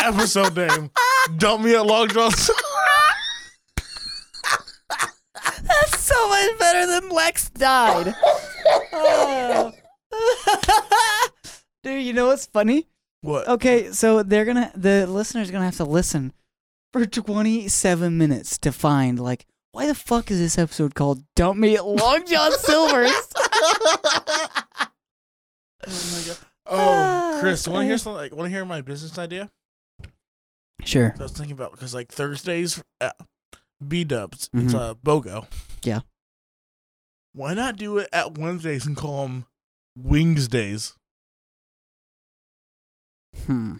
Speaker 1: Episode name. Dump me at Long John. Silver.
Speaker 2: That's so much better than Lex died. Oh. Dude, you know what's funny?
Speaker 1: What?
Speaker 2: Okay, so they're gonna the listener's gonna have to listen for twenty seven minutes to find like why the fuck is this episode called Dump Me at Long John Silver's?
Speaker 1: Oh, Chris, want to hear something? Like, want to hear my business idea?
Speaker 2: sure.
Speaker 1: I was thinking about because like Thursdays, uh, B Dubs, it's
Speaker 2: Mhm.
Speaker 1: uh, BOGO.
Speaker 2: Yeah.
Speaker 1: Why not do it at Wednesdays and call them Wings Days?
Speaker 2: Hmm.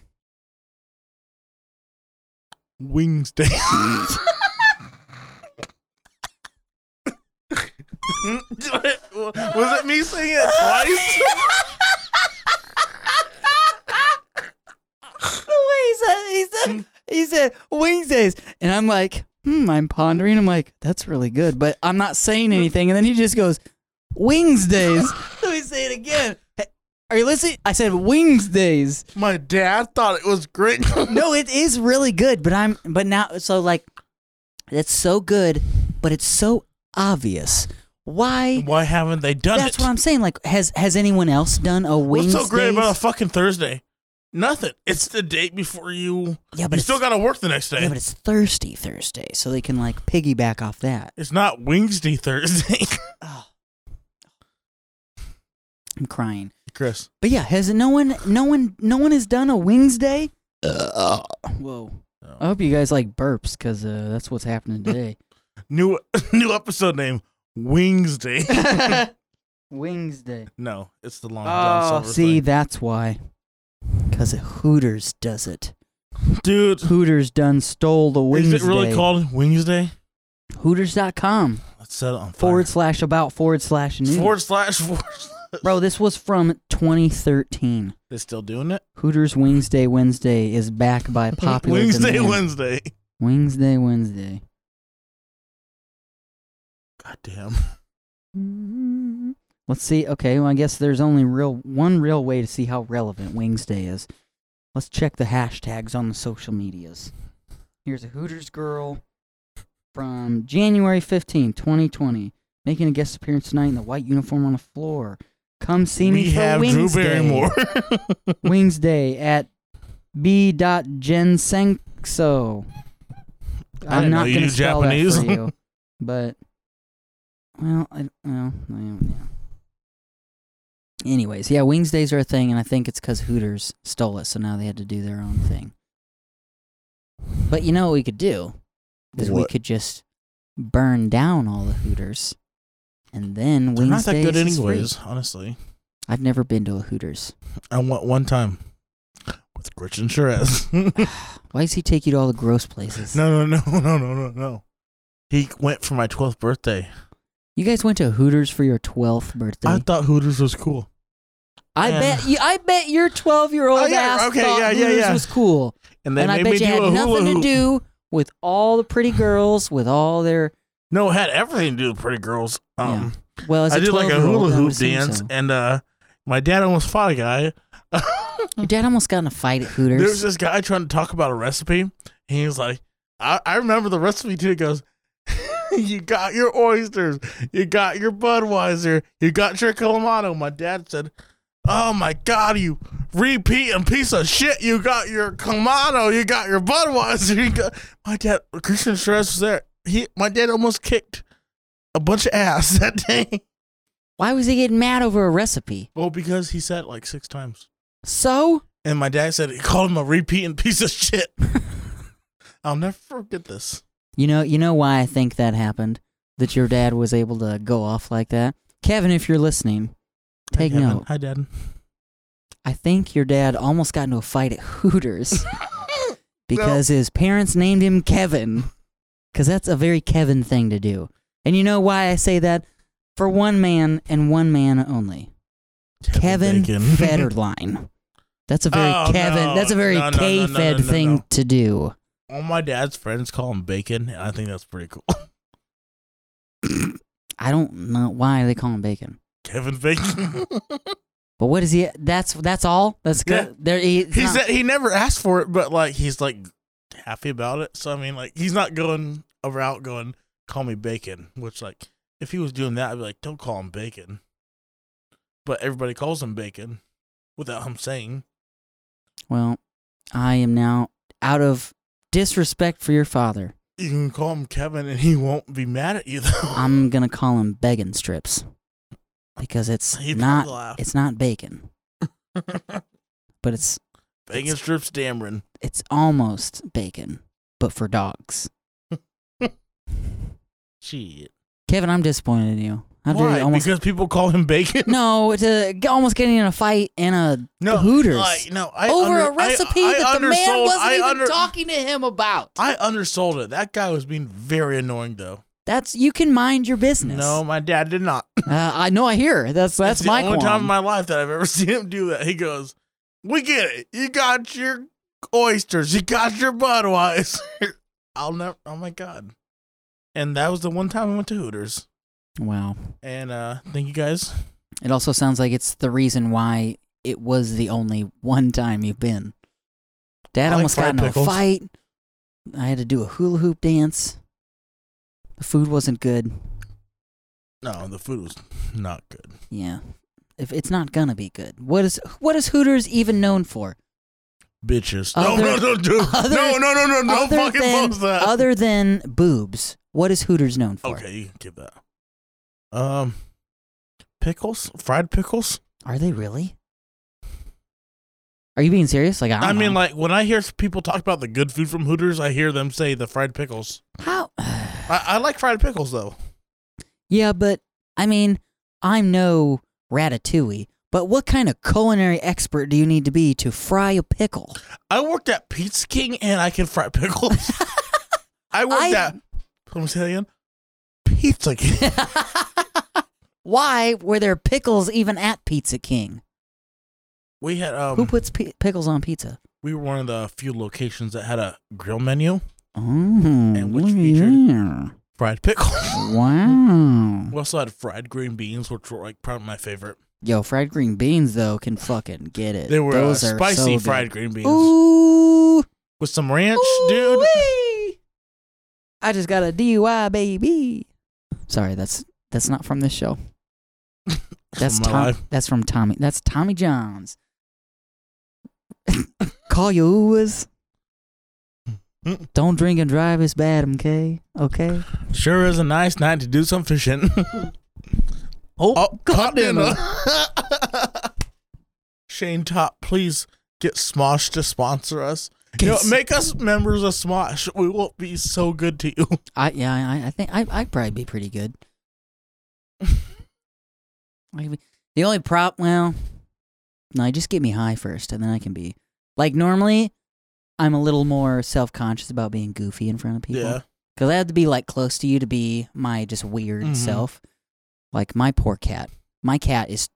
Speaker 1: Wings Days. Was it me saying it twice?
Speaker 2: he said, he said, he said, wings days. And I'm like, hmm, I'm pondering. I'm like, that's really good, but I'm not saying anything. And then he just goes, wings days. Let me say it again. Hey, Are you listening? I said wings days.
Speaker 1: My dad thought it was great.
Speaker 2: No, it is really good, but I'm, but now, so like, it's so good, but it's so obvious. Why?
Speaker 1: Why haven't they done
Speaker 2: That's
Speaker 1: it?
Speaker 2: what I'm saying. Like, has has anyone else done a wings?
Speaker 1: What's so great
Speaker 2: days?
Speaker 1: about a fucking Thursday? Nothing. It's the date before you.
Speaker 2: Yeah, but
Speaker 1: you
Speaker 2: it's-
Speaker 1: still got to work the next day.
Speaker 2: Yeah, but it's Thirsty Thursday, so they can like piggyback off that.
Speaker 1: It's not Wednesday Thursday.
Speaker 2: I'm crying.
Speaker 1: Chris.
Speaker 2: But yeah, has no one, no one, no one has done a wings day?
Speaker 1: Uh,
Speaker 2: Whoa! I hope you guys like burps because uh, that's what's happening today.
Speaker 1: New new episode name Wings Day.
Speaker 2: wings day.
Speaker 1: no, it's the Long John
Speaker 2: Oh,
Speaker 1: Silver
Speaker 2: see,
Speaker 1: thing.
Speaker 2: that's why. Because Hooters does it.
Speaker 1: dude.
Speaker 2: Hooters done stole the wings.
Speaker 1: Is it really
Speaker 2: day.
Speaker 1: called Wings Day?
Speaker 2: Hooters.com
Speaker 1: Let's set it on fire.
Speaker 2: forward slash about forward slash news.
Speaker 1: forward slash forward. slash-
Speaker 2: Bro, this was from 2013.
Speaker 1: They're still doing it.
Speaker 2: Hooters Wings Day Wednesday is back by popular
Speaker 1: Wings Day
Speaker 2: demand.
Speaker 1: Wednesday.
Speaker 2: Wings Day Wednesday.
Speaker 1: God damn.
Speaker 2: Let's see. Okay, well, I guess there's only real one real way to see how relevant Wings Day is. Let's check the hashtags on the social medias. Here's a Hooters girl from January 15, 2020, making a guest appearance tonight in the white uniform on the floor. Come see me
Speaker 1: we
Speaker 2: for
Speaker 1: have
Speaker 2: Wings
Speaker 1: Drew
Speaker 2: Day.
Speaker 1: Barrymore.
Speaker 2: Wings Day at b.gensenso.
Speaker 1: I
Speaker 2: I'm
Speaker 1: didn't know
Speaker 2: not
Speaker 1: you
Speaker 2: going to
Speaker 1: knew
Speaker 2: spell Japanese. that for
Speaker 1: Japanese.
Speaker 2: you, but well, I well, I- yeah. Anyways, yeah, Wings Days are a thing, and I think it's because Hooters stole it, so now they had to do their own thing. But you know what we could do is we
Speaker 1: What?
Speaker 2: could just burn down all the Hooters, and then
Speaker 1: They're
Speaker 2: Wings
Speaker 1: not that
Speaker 2: Days
Speaker 1: good,
Speaker 2: is free.
Speaker 1: anyways. Honestly,
Speaker 2: I've never been to a Hooters.
Speaker 1: I went one time with Gretchen Charez.
Speaker 2: Why does he take you to all the gross places?
Speaker 1: no, no, no, no, no, no, no. He went for my twelfth birthday.
Speaker 2: You guys went to Hooters for your 12th birthday.
Speaker 1: I
Speaker 2: I,
Speaker 1: thought Hooters was cool. and-
Speaker 2: bet you, I bet your 12 year old
Speaker 1: Oh, yeah,
Speaker 2: ass
Speaker 1: okay,
Speaker 2: thought
Speaker 1: yeah, yeah,
Speaker 2: Hooters
Speaker 1: yeah.
Speaker 2: was cool,
Speaker 1: And they
Speaker 2: and I
Speaker 1: made
Speaker 2: bet
Speaker 1: me do
Speaker 2: you had
Speaker 1: a hula
Speaker 2: nothing to
Speaker 1: hoop.
Speaker 2: do with all the pretty girls, with all their
Speaker 1: No, it had everything to do with pretty girls. Um,
Speaker 2: well. As
Speaker 1: I
Speaker 2: a
Speaker 1: did like a
Speaker 2: 12-year-old,
Speaker 1: hula
Speaker 2: I would
Speaker 1: hoop
Speaker 2: assume
Speaker 1: dance,
Speaker 2: so.
Speaker 1: and uh, my dad almost fought a guy.
Speaker 2: Your dad almost got in a fight at Hooters.
Speaker 1: There was this guy trying to talk about a recipe, and he was like, "I, I remember the recipe too." He goes, "You got your oysters, you got your Budweiser, you got your Kalamata." My dad said, Oh my God, you repeating piece of shit. You got your Kamado, you got your Budweiser. You got... My dad, Christian Stress was there. He, my dad almost kicked a bunch of ass that day.
Speaker 2: Why was he getting mad over a recipe?
Speaker 1: Well, because he said it like six times.
Speaker 2: So
Speaker 1: And my dad said he called him a repeating piece of shit. I'll never forget this.
Speaker 2: you know you know why I think that happened. That your dad was able to go off like that, Kevin. If you're listening, take
Speaker 1: Hi, Dad.
Speaker 2: note.
Speaker 1: Hi, Dad.
Speaker 2: I think your dad almost got into a fight at Hooters because his parents named him Kevin. Because that's a very Kevin thing to do. And you know why I say that? For one man and one man only. Kevin
Speaker 1: Bacon.
Speaker 2: Federline. That's a very
Speaker 1: Oh,
Speaker 2: Kevin.
Speaker 1: no.
Speaker 2: That's a very
Speaker 1: No, no, no, no, no,
Speaker 2: K-fed
Speaker 1: no, no,
Speaker 2: thing
Speaker 1: no.
Speaker 2: to do.
Speaker 1: All my dad's friends call him Bacon, and I think that's pretty cool.
Speaker 2: I don't know why they call him Bacon.
Speaker 1: Kevin Bacon.
Speaker 2: But what is he? That's that's all. That's good.
Speaker 1: Yeah.
Speaker 2: There he,
Speaker 1: he
Speaker 2: not-
Speaker 1: said he never asked for it, but like he's like happy about it. So I mean, like he's not going a route going call me Bacon, which like if he was doing that, I'd be like, don't call him Bacon. But everybody calls him Bacon without him saying.
Speaker 2: Well, I am now out of disrespect for your father.
Speaker 1: You can call him Kevin, and he won't be mad at you though.
Speaker 2: I'm gonna call him bacon strips because it's
Speaker 1: He'd
Speaker 2: not
Speaker 1: laugh.
Speaker 2: it's not bacon, but it's
Speaker 1: Bacon strips Dameron.
Speaker 2: it's almost bacon, but for dogs.
Speaker 1: Shit.
Speaker 2: Kevin, I'm disappointed in you. I did
Speaker 1: Why?
Speaker 2: almost
Speaker 1: Because people call him Bacon.
Speaker 2: no, it's a, almost getting in a fight in a
Speaker 1: No,
Speaker 2: Hooters.
Speaker 1: Like, no, I
Speaker 2: over
Speaker 1: under-
Speaker 2: a recipe
Speaker 1: I, I
Speaker 2: that the man
Speaker 1: undersold-
Speaker 2: wasn't
Speaker 1: I
Speaker 2: even
Speaker 1: under-
Speaker 2: talking to him about.
Speaker 1: I undersold it. That guy was being very annoying, though.
Speaker 2: That's you can mind your business.
Speaker 1: No, my dad did not.
Speaker 2: uh, I know. I hear that's that's
Speaker 1: it's
Speaker 2: my
Speaker 1: the only
Speaker 2: qualm.
Speaker 1: time in my life that I've ever seen him do that. He goes, "We get it. You got your oysters. You got your Budweiser." I'll never. Oh my god. And that was the one time I went to Hooters.
Speaker 2: wow.
Speaker 1: And uh thank you guys.
Speaker 2: It also sounds like it's the reason why it was the only one time you've been. Dad
Speaker 1: I like
Speaker 2: almost got
Speaker 1: fried
Speaker 2: in
Speaker 1: pickles.
Speaker 2: a fight. I had to do a hula hoop dance. The food wasn't good.
Speaker 1: No, the food was not good.
Speaker 2: Yeah. If it's not gonna be good. What is what is Hooters even known for?
Speaker 1: Bitches.
Speaker 2: Other-
Speaker 1: no, no, no, dude.
Speaker 2: other-
Speaker 1: no, no, no, no, no. Fucking
Speaker 2: than,
Speaker 1: post that.
Speaker 2: other than boobs, what is Hooters known for?
Speaker 1: Okay, you can keep that. Um, pickles, fried pickles.
Speaker 2: Are they really? Are you being serious? Like I, don't
Speaker 1: I mean,
Speaker 2: know.
Speaker 1: like when I hear people talk about the good food from Hooters, I hear them say the fried pickles.
Speaker 2: how
Speaker 1: I, I like fried pickles though.
Speaker 2: Yeah, but I mean, I'm no ratatouille, but what kind of culinary expert do you need to be to fry a pickle?
Speaker 1: I worked at Pizza King and I can fry pickles. I worked
Speaker 2: I-
Speaker 1: at. Let me say that again. Pizza King.
Speaker 2: Why were there pickles even at Pizza King?
Speaker 1: we had
Speaker 2: Who
Speaker 1: um.
Speaker 2: puts pi pickles on pizza?
Speaker 1: we were one of the few locations that had a grill menu.
Speaker 2: Oh,
Speaker 1: which
Speaker 2: look at
Speaker 1: featured-
Speaker 2: there.
Speaker 1: Fried pickles.
Speaker 2: Wow.
Speaker 1: we also had fried green beans, which were like probably my favorite.
Speaker 2: Yo, fried green beans though can fucking get it.
Speaker 1: They were uh,
Speaker 2: Those are so
Speaker 1: spicy
Speaker 2: good.
Speaker 1: fried green beans
Speaker 2: Ooh,
Speaker 1: with some ranch, dude.
Speaker 2: ooh-wee. I just got a DUI, baby. Sorry, that's that's not from this show. That's
Speaker 1: from my
Speaker 2: Tom,
Speaker 1: life.
Speaker 2: That's from Tommy. That's Tommy Johns. Call your Ubers.
Speaker 1: Mm.
Speaker 2: Don't drink and drive. It's bad, okay? Okay.
Speaker 1: Sure is a nice night to do some fishing.
Speaker 2: Oh,
Speaker 1: caught
Speaker 2: dinner.
Speaker 1: Shane Top, please get Smosh to sponsor us. You know, make us members of Smosh. We will be so good to you.
Speaker 2: I yeah. I, I think I I'd probably be pretty good. I'd be- the only prop, well, no, just get me high first, and then I can be like normally. I'm a little more self conscious about being goofy in front of people.
Speaker 1: Yeah.
Speaker 2: Because I have to be like close to you to be my just weird
Speaker 1: Mhm.
Speaker 2: self. Like my poor cat. My cat is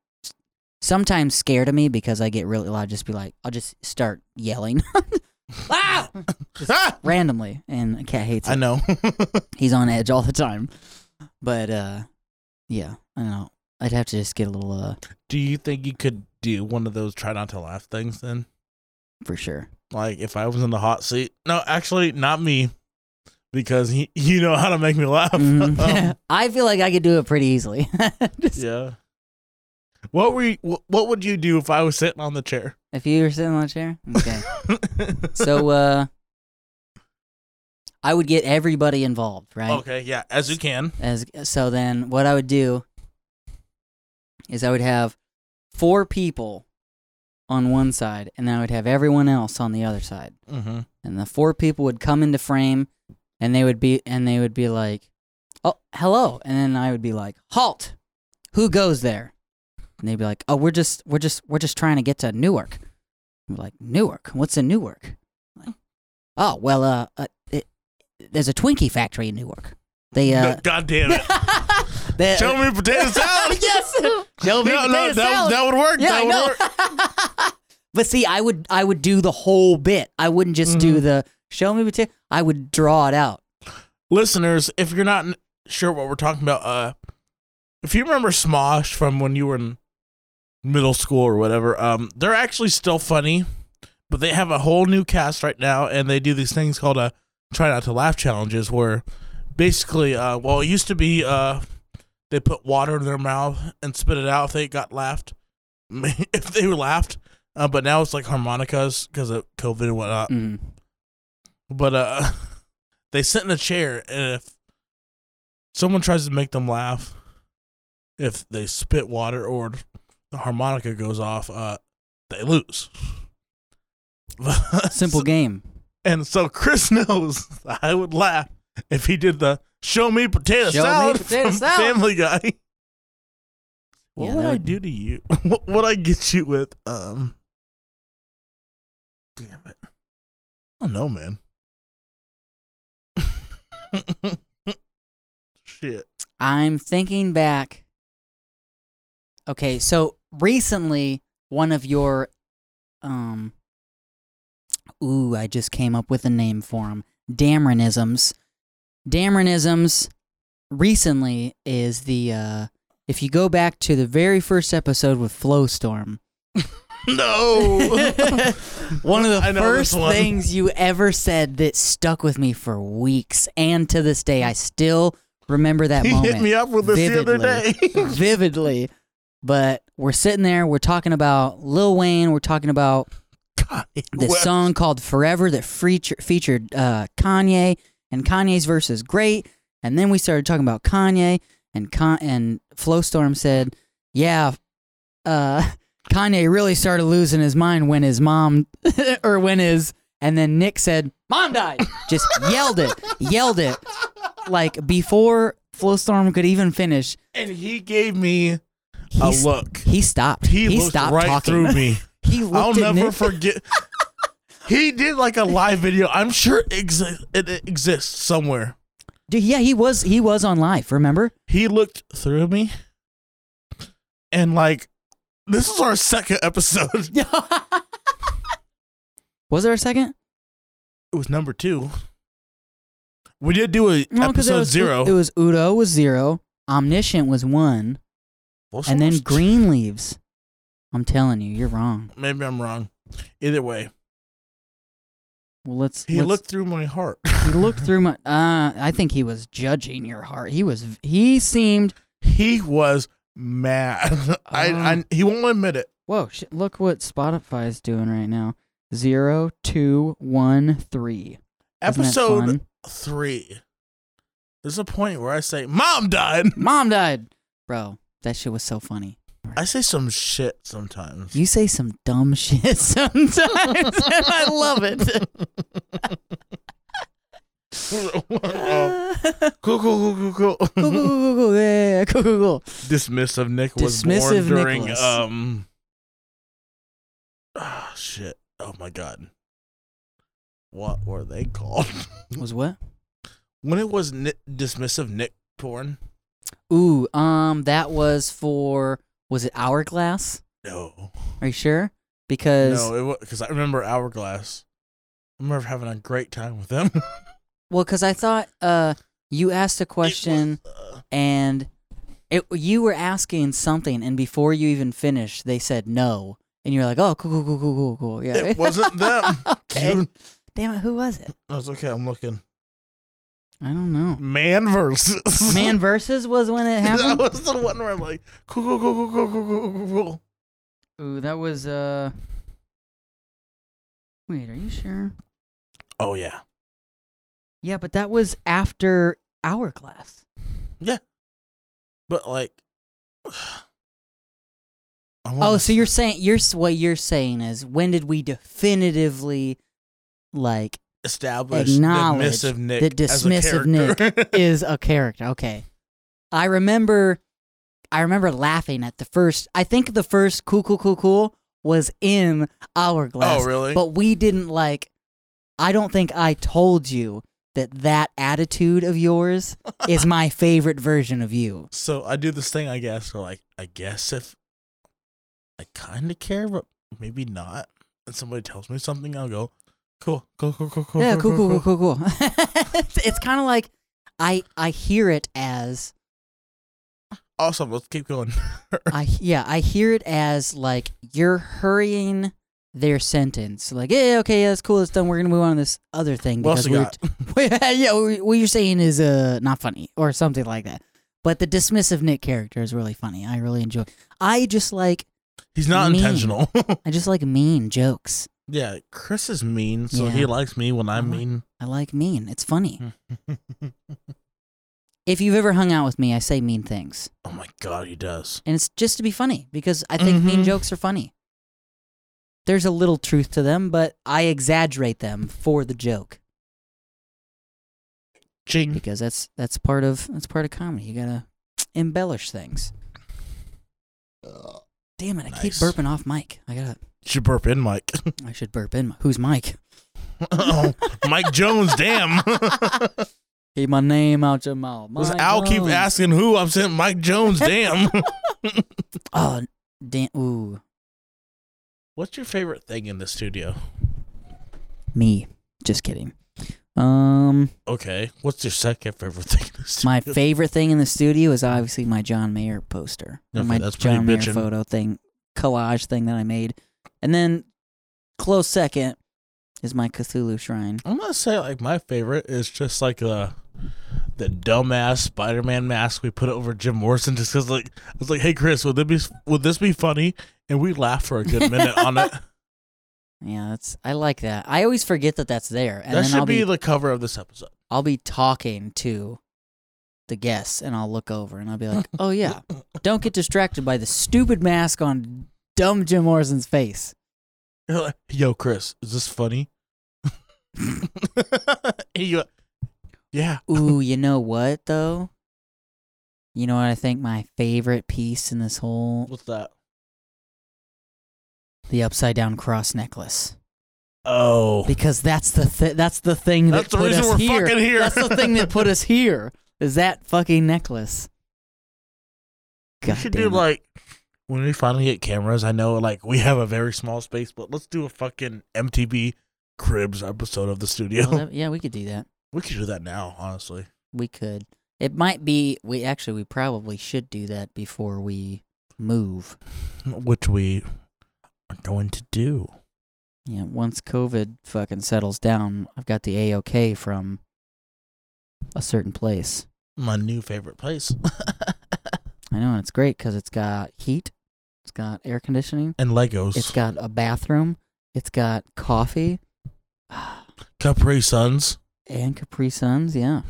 Speaker 2: sometimes scared of me because I get really. I'll just be like, I'll just start yelling
Speaker 1: Ah! Ah!
Speaker 2: randomly, and the cat hates
Speaker 1: I
Speaker 2: it.
Speaker 1: know.
Speaker 2: He's on edge all the time. But uh, yeah, I don't know. I'd have to just get a little uh
Speaker 1: do you think you could do one of those try not to laugh things then?
Speaker 2: for sure.
Speaker 1: Like if I was in the hot seat? No, actually, not me. Because he, you know how to make me laugh.
Speaker 2: Mhm.
Speaker 1: Um,
Speaker 2: I feel like I could do it pretty easily. Just-
Speaker 1: yeah. What were you, wh- what would you do if I was sitting on the chair?
Speaker 2: If you were sitting on a chair, okay. so, uh, I would get everybody involved, right?
Speaker 1: okay, yeah, as you can.
Speaker 2: As so, then what I would do is I would have four people on one side, and then I would have everyone else on the other side,
Speaker 1: Mm-hmm.
Speaker 2: and the four people would come into frame, and they would be and they would be like, "Oh, hello," and then I would be like, "Halt! Who goes there?" And they'd be like, "Oh, we're just we're just we're just trying to get to Newark." I'm like, "Newark? What's in Newark?" Like, oh well, uh, uh it, there's a Twinkie factory in Newark. They uh,
Speaker 1: God damn it!
Speaker 2: they, uh, Oh,
Speaker 1: Show me potato salad.
Speaker 2: yes. Show me
Speaker 1: no,
Speaker 2: potato
Speaker 1: no, that,
Speaker 2: salad.
Speaker 1: that would work.
Speaker 2: yeah,
Speaker 1: that
Speaker 2: I
Speaker 1: would
Speaker 2: know.
Speaker 1: work.
Speaker 2: but see, I would I would do the whole bit. I wouldn't just do the show me potato. I would draw it out.
Speaker 1: Listeners, if you're not n- sure what we're talking about, uh, if you remember Smosh from when you were in middle school or whatever, um, they're actually still funny, but they have a whole new cast right now, and they do these things called a try not to laugh challenges, where basically, uh, well, it used to be, uh, they put water in their mouth and spit it out if they got laughed, if they were laughed. Uh, but now it's like harmonicas because of COVID and whatnot.
Speaker 2: Mm.
Speaker 1: But uh they sit in a chair and if someone tries to make them laugh, if they spit water or the harmonica goes off, uh they lose.
Speaker 2: Simple game.
Speaker 1: and so Chris knows I would laugh if he did the show me potato
Speaker 2: Show me
Speaker 1: salad
Speaker 2: potato
Speaker 1: from
Speaker 2: salad.
Speaker 1: Family Guy. What
Speaker 2: Yeah,
Speaker 1: would
Speaker 2: that
Speaker 1: I
Speaker 2: would-
Speaker 1: do to you? What would I get you with? Um, damn it! I don't know, man. Shit.
Speaker 2: I'm thinking back. Okay, so recently one of your um ooh, I just came up with a name for them. Dameronisms. Dameronisms recently is the uh if you go back to the very first episode with Flowstorm,
Speaker 1: No.
Speaker 2: one of the
Speaker 1: I know this
Speaker 2: first
Speaker 1: one.
Speaker 2: things you ever said that stuck with me for weeks and to this day I still remember that
Speaker 1: he
Speaker 2: moment
Speaker 1: hit me up with this the other day.
Speaker 2: vividly. vividly. But we're sitting there, we're talking about Lil Wayne, we're talking about
Speaker 1: God,
Speaker 2: this
Speaker 1: West.
Speaker 2: song called Forever that feature, featured uh, Kanye, and Kanye's verse is great. And then we started talking about Kanye, and Con- and Flowstorm said, Yeah, uh, Kanye really started losing his mind when his mom, or when his, and then Nick said, Mom died. Just yelled it, yelled it. Like before Flowstorm could even finish,
Speaker 1: and he gave me a
Speaker 2: He's-
Speaker 1: look.
Speaker 2: He stopped.
Speaker 1: He,
Speaker 2: He,
Speaker 1: looked
Speaker 2: stopped
Speaker 1: right
Speaker 2: talking.
Speaker 1: through me.
Speaker 2: He looked
Speaker 1: I'll
Speaker 2: at
Speaker 1: never
Speaker 2: Nick.
Speaker 1: forget. he did like a live video. I'm sure it, exi- it it exists somewhere.
Speaker 2: Dude, yeah, he was he was on live. Remember?
Speaker 1: He looked through me, and like, this is our second episode.
Speaker 2: was there a second?
Speaker 1: It was number two. We did do a
Speaker 2: No, 'cause it
Speaker 1: episode
Speaker 2: was,
Speaker 1: zero,
Speaker 2: It was Udo was zero. Omniscient was one,
Speaker 1: Well,
Speaker 2: and then
Speaker 1: someone's-
Speaker 2: Green Leaves. I'm telling you, you're wrong.
Speaker 1: Maybe I'm wrong. Either way,
Speaker 2: Well, let's.
Speaker 1: he
Speaker 2: let's-
Speaker 1: looked through my heart.
Speaker 2: He looked through my. Uh, I think he was judging your heart. He was. He seemed.
Speaker 1: He was mad. I,
Speaker 2: Oh.
Speaker 1: I he won't admit it.
Speaker 2: Whoa! Shit, look what Spotify is doing right now. Zero, two, one, three. Isn't that
Speaker 1: Episode
Speaker 2: fun?
Speaker 1: three. There's a point where I say, "Mom died."
Speaker 2: Mom died. Bro, that shit was so funny.
Speaker 1: I say some shit sometimes.
Speaker 2: You say some dumb shit sometimes, and I love it.
Speaker 1: cool,
Speaker 2: cool,
Speaker 1: cool, cool, cool,
Speaker 2: cool,
Speaker 1: cool.
Speaker 2: cool, cool, yeah, yeah, cool, cool, cool.
Speaker 1: Dismissive Nick was born
Speaker 2: Dismissive
Speaker 1: during
Speaker 2: Nicholas.
Speaker 1: um. Ah, shit! Oh my god. What were they called?
Speaker 2: Was what?
Speaker 1: when it was ni- dismissive Nick porn?
Speaker 2: Ooh, um, that was for was it Hourglass?
Speaker 1: No,
Speaker 2: Are you sure? Because
Speaker 1: no, it was because I remember Hourglass. I remember having a great time with them. It
Speaker 2: well, because I thought uh you asked a question
Speaker 1: was, uh,
Speaker 2: and it you were asking something, and before you even finished, they said no, and you're like, oh, cool, cool, cool, cool, cool, cool. Yeah.
Speaker 1: it wasn't them.
Speaker 2: okay.
Speaker 1: Dude,
Speaker 2: Damn it, who was it?
Speaker 1: That's okay. I'm looking.
Speaker 2: I don't know.
Speaker 1: Man versus
Speaker 2: Man versus was when it
Speaker 1: that
Speaker 2: happened.
Speaker 1: was the one where I'm like, cool, cool, cool, cool, cool, cool, cool, cool, cool.
Speaker 2: Ooh, that was uh. Wait, are you sure?
Speaker 1: Oh yeah,
Speaker 2: Yeah, but that was after Hourglass.
Speaker 1: but like, I
Speaker 2: Oh,
Speaker 1: wanna
Speaker 2: so you're saying you're s- what you're saying is when did we definitively like
Speaker 1: establish
Speaker 2: acknowledge
Speaker 1: dismissive Nick
Speaker 2: the
Speaker 1: as a
Speaker 2: dismissive
Speaker 1: character.
Speaker 2: is a character. Okay. I remember I remember laughing at the first I think the first cool cool cool cool was in Hourglass.
Speaker 1: Oh, really?
Speaker 2: But we didn't like I don't think I told you that that attitude of yours is my favorite version of you.
Speaker 1: so I do this thing, I guess, where like, I guess if I kind of care, but maybe not, and somebody tells me something, I'll go, cool, cool, cool, cool, cool,
Speaker 2: yeah, cool cool cool cool cool. it's it's kind of like I I hear it as
Speaker 1: Awesome, let's keep going.
Speaker 2: I yeah, I hear it as like you're hurrying their sentence. Like, yeah, okay, yeah, that's cool, it's done. We're gonna move on to this other thing
Speaker 1: What else
Speaker 2: because
Speaker 1: you
Speaker 2: we're yeah, what you're saying is uh not funny or something like that. But the dismissive Nick character is really funny. I really enjoy. I just like
Speaker 1: He's not
Speaker 2: Mean.
Speaker 1: intentional.
Speaker 2: I just like mean jokes.
Speaker 1: yeah, Chris is mean, so
Speaker 2: Yeah.
Speaker 1: he likes me when I'm
Speaker 2: Uh-huh.
Speaker 1: mean.
Speaker 2: I like mean. It's funny.
Speaker 1: Mm.
Speaker 2: If you've ever hung out with me, I say mean things,
Speaker 1: Oh my god, he does.
Speaker 2: and it's just to be funny because I think mean
Speaker 1: Mhm.
Speaker 2: jokes are funny. There's a little truth to them, but I exaggerate them for the joke.
Speaker 1: Ching.
Speaker 2: because that's that's part of that's part of comedy. You gotta embellish things. Damn it! I keep
Speaker 1: Nice.
Speaker 2: burping off mic. I gotta.
Speaker 1: Should burp in, Mike.
Speaker 2: I should burp in. Who's Mike?
Speaker 1: oh, Mike Jones, damn.
Speaker 2: Keep my name out your mouth.
Speaker 1: Was
Speaker 2: Mike
Speaker 1: Al keep
Speaker 2: Jones.
Speaker 1: asking who I'm saying Mike Jones, damn.
Speaker 2: Oh, damn! Ooh,
Speaker 1: What's your favorite thing in the studio?
Speaker 2: me. Just kidding. Um,
Speaker 1: Okay. What's your second favorite thing in the studio?
Speaker 2: my favorite thing in the studio is obviously my John Mayer poster, Or
Speaker 1: Okay,
Speaker 2: my
Speaker 1: that's pretty
Speaker 2: John Mayer
Speaker 1: bitchin'.
Speaker 2: photo thing, collage thing that I made, and then close second is my Cthulhu shrine.
Speaker 1: I'm gonna say like my favorite is just like the the dumbass Spider-Man mask we put over Jim Morrison just because like I was like, hey Chris, would this be would this be funny? And we laughed for a good minute on it.
Speaker 2: Yeah, that's I like that. I always forget that that's there, and
Speaker 1: that
Speaker 2: then I'll
Speaker 1: should be,
Speaker 2: be,
Speaker 1: the cover of this episode.
Speaker 2: I'll be talking to the guests, and I'll look over and I'll be like, "Oh yeah, don't get distracted by the stupid mask on dumb Jim Morrison's face."
Speaker 1: You're like, Yo, Chris, is this funny? And you go, yeah.
Speaker 2: Ooh, you know what though? You know what I think my favorite piece in this whole
Speaker 1: What's that?
Speaker 2: the upside down cross necklace
Speaker 1: Oh,
Speaker 2: because that's the th- that's the thing that
Speaker 1: that's the
Speaker 2: put
Speaker 1: reason
Speaker 2: us
Speaker 1: we're
Speaker 2: here.
Speaker 1: fucking here.
Speaker 2: That's the thing that put us here is that fucking necklace.
Speaker 1: we
Speaker 2: God
Speaker 1: should
Speaker 2: damn
Speaker 1: do
Speaker 2: it.
Speaker 1: like when we finally get cameras. I know, like we have a very small space, but let's do a fucking MTB Cribs episode of the studio.
Speaker 2: Well, that- yeah, we could do that.
Speaker 1: we could do that now, honestly.
Speaker 2: We could. It might be. We actually, we probably should do that before we move.
Speaker 1: Which we are going to do.
Speaker 2: Yeah, once COVID fucking settles down, I've got the AOK from a certain place.
Speaker 1: My new favorite place
Speaker 2: I know and it's great because it's got heat, it's got air conditioning,
Speaker 1: and Legos.
Speaker 2: it's got a bathroom, it's got coffee,
Speaker 1: Capri Suns.
Speaker 2: and Capri Suns. Yeah,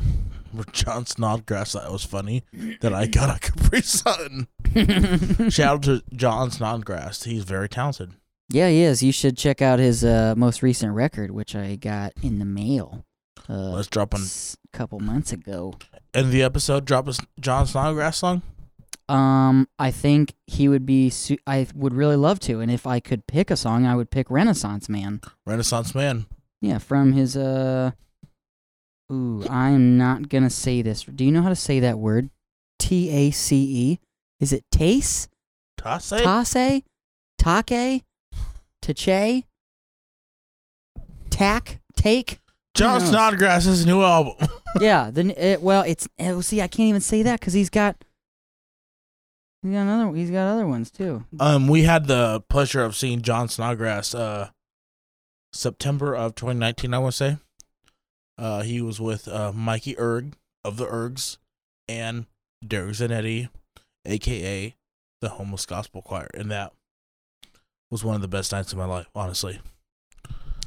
Speaker 1: Where John Snodgrass thought it was funny that I got a Capri Sun. Shout out to John Snodgrass. He's very talented.
Speaker 2: yeah, he is. You should check out his uh, most recent record, which I got in the mail. Uh,
Speaker 1: Let's drop an
Speaker 2: s- couple months ago.
Speaker 1: end of the episode. Drop a S- John Snodgrass song.
Speaker 2: Um, I think he would be. Su- I would really love to, and if I could pick a song, I would pick Renaissance Man.
Speaker 1: Renaissance man.
Speaker 2: Yeah, from his uh. Ooh, I'm not gonna say this. Do you know how to say that word? T A C E. Is it Tace?
Speaker 1: Toss it.
Speaker 2: Tase? Take? Tache? Tack? Take?
Speaker 1: John
Speaker 2: knows?
Speaker 1: Snodgrass's new album.
Speaker 2: yeah. Then it, well, it's oh, see, I can't even say that because he's got. He's got another. He's got other ones too.
Speaker 1: Um, we had the pleasure of seeing John Snodgrass, uh, September of 2019, I want to say, Uh, he was with uh, Mikey Erg of the Ergs and Derek Zanetti, aka the Homeless Gospel Choir, and that was one of the best nights of my life. Honestly,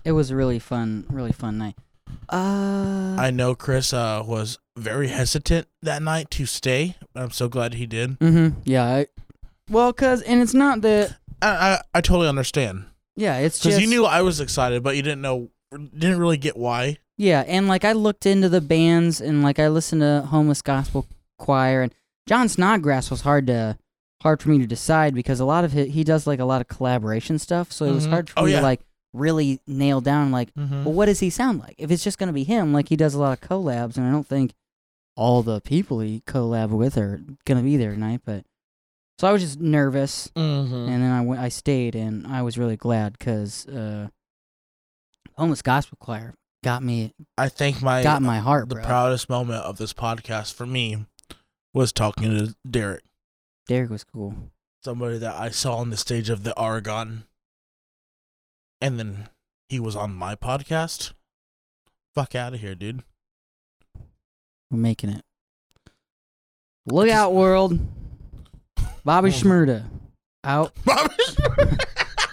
Speaker 2: It was a really fun, really fun night. Uh,
Speaker 1: I know Chris uh, was very hesitant that night to stay. but I'm so glad he did.
Speaker 2: hmm Yeah. I, well, cause and it's not that.
Speaker 1: I I, I totally understand
Speaker 2: Yeah, it's
Speaker 1: because
Speaker 2: just
Speaker 1: you knew I was excited, but you didn't know, didn't really get why.
Speaker 2: Yeah, and like I looked into the bands and like I listened to homeless gospel choir and John Snodgrass was hard to hard for me to decide because a lot of his, he does like a lot of collaboration stuff, so it was
Speaker 1: Mhm.
Speaker 2: hard for
Speaker 1: Oh,
Speaker 2: me
Speaker 1: yeah.
Speaker 2: to like really nail down like
Speaker 1: Mm-hmm.
Speaker 2: well what does he sound like if it's just gonna be him like he does a lot of collabs and I don't think all the people he collab with are gonna be there tonight, but so I was just nervous
Speaker 1: Mm-hmm.
Speaker 2: and then I went, I stayed, and I was really glad because uh, homeless gospel choir got me,
Speaker 1: I think my
Speaker 2: got my heart,
Speaker 1: uh, the
Speaker 2: bro.
Speaker 1: proudest moment of this podcast for me was talking to Derek,
Speaker 2: Derek was cool.
Speaker 1: somebody that I saw on the stage of the Aragon, and then he was on my podcast. Fuck out of here, dude!
Speaker 2: We're making it. Look out, world! Bobby
Speaker 1: Hold
Speaker 2: Schmurda, out,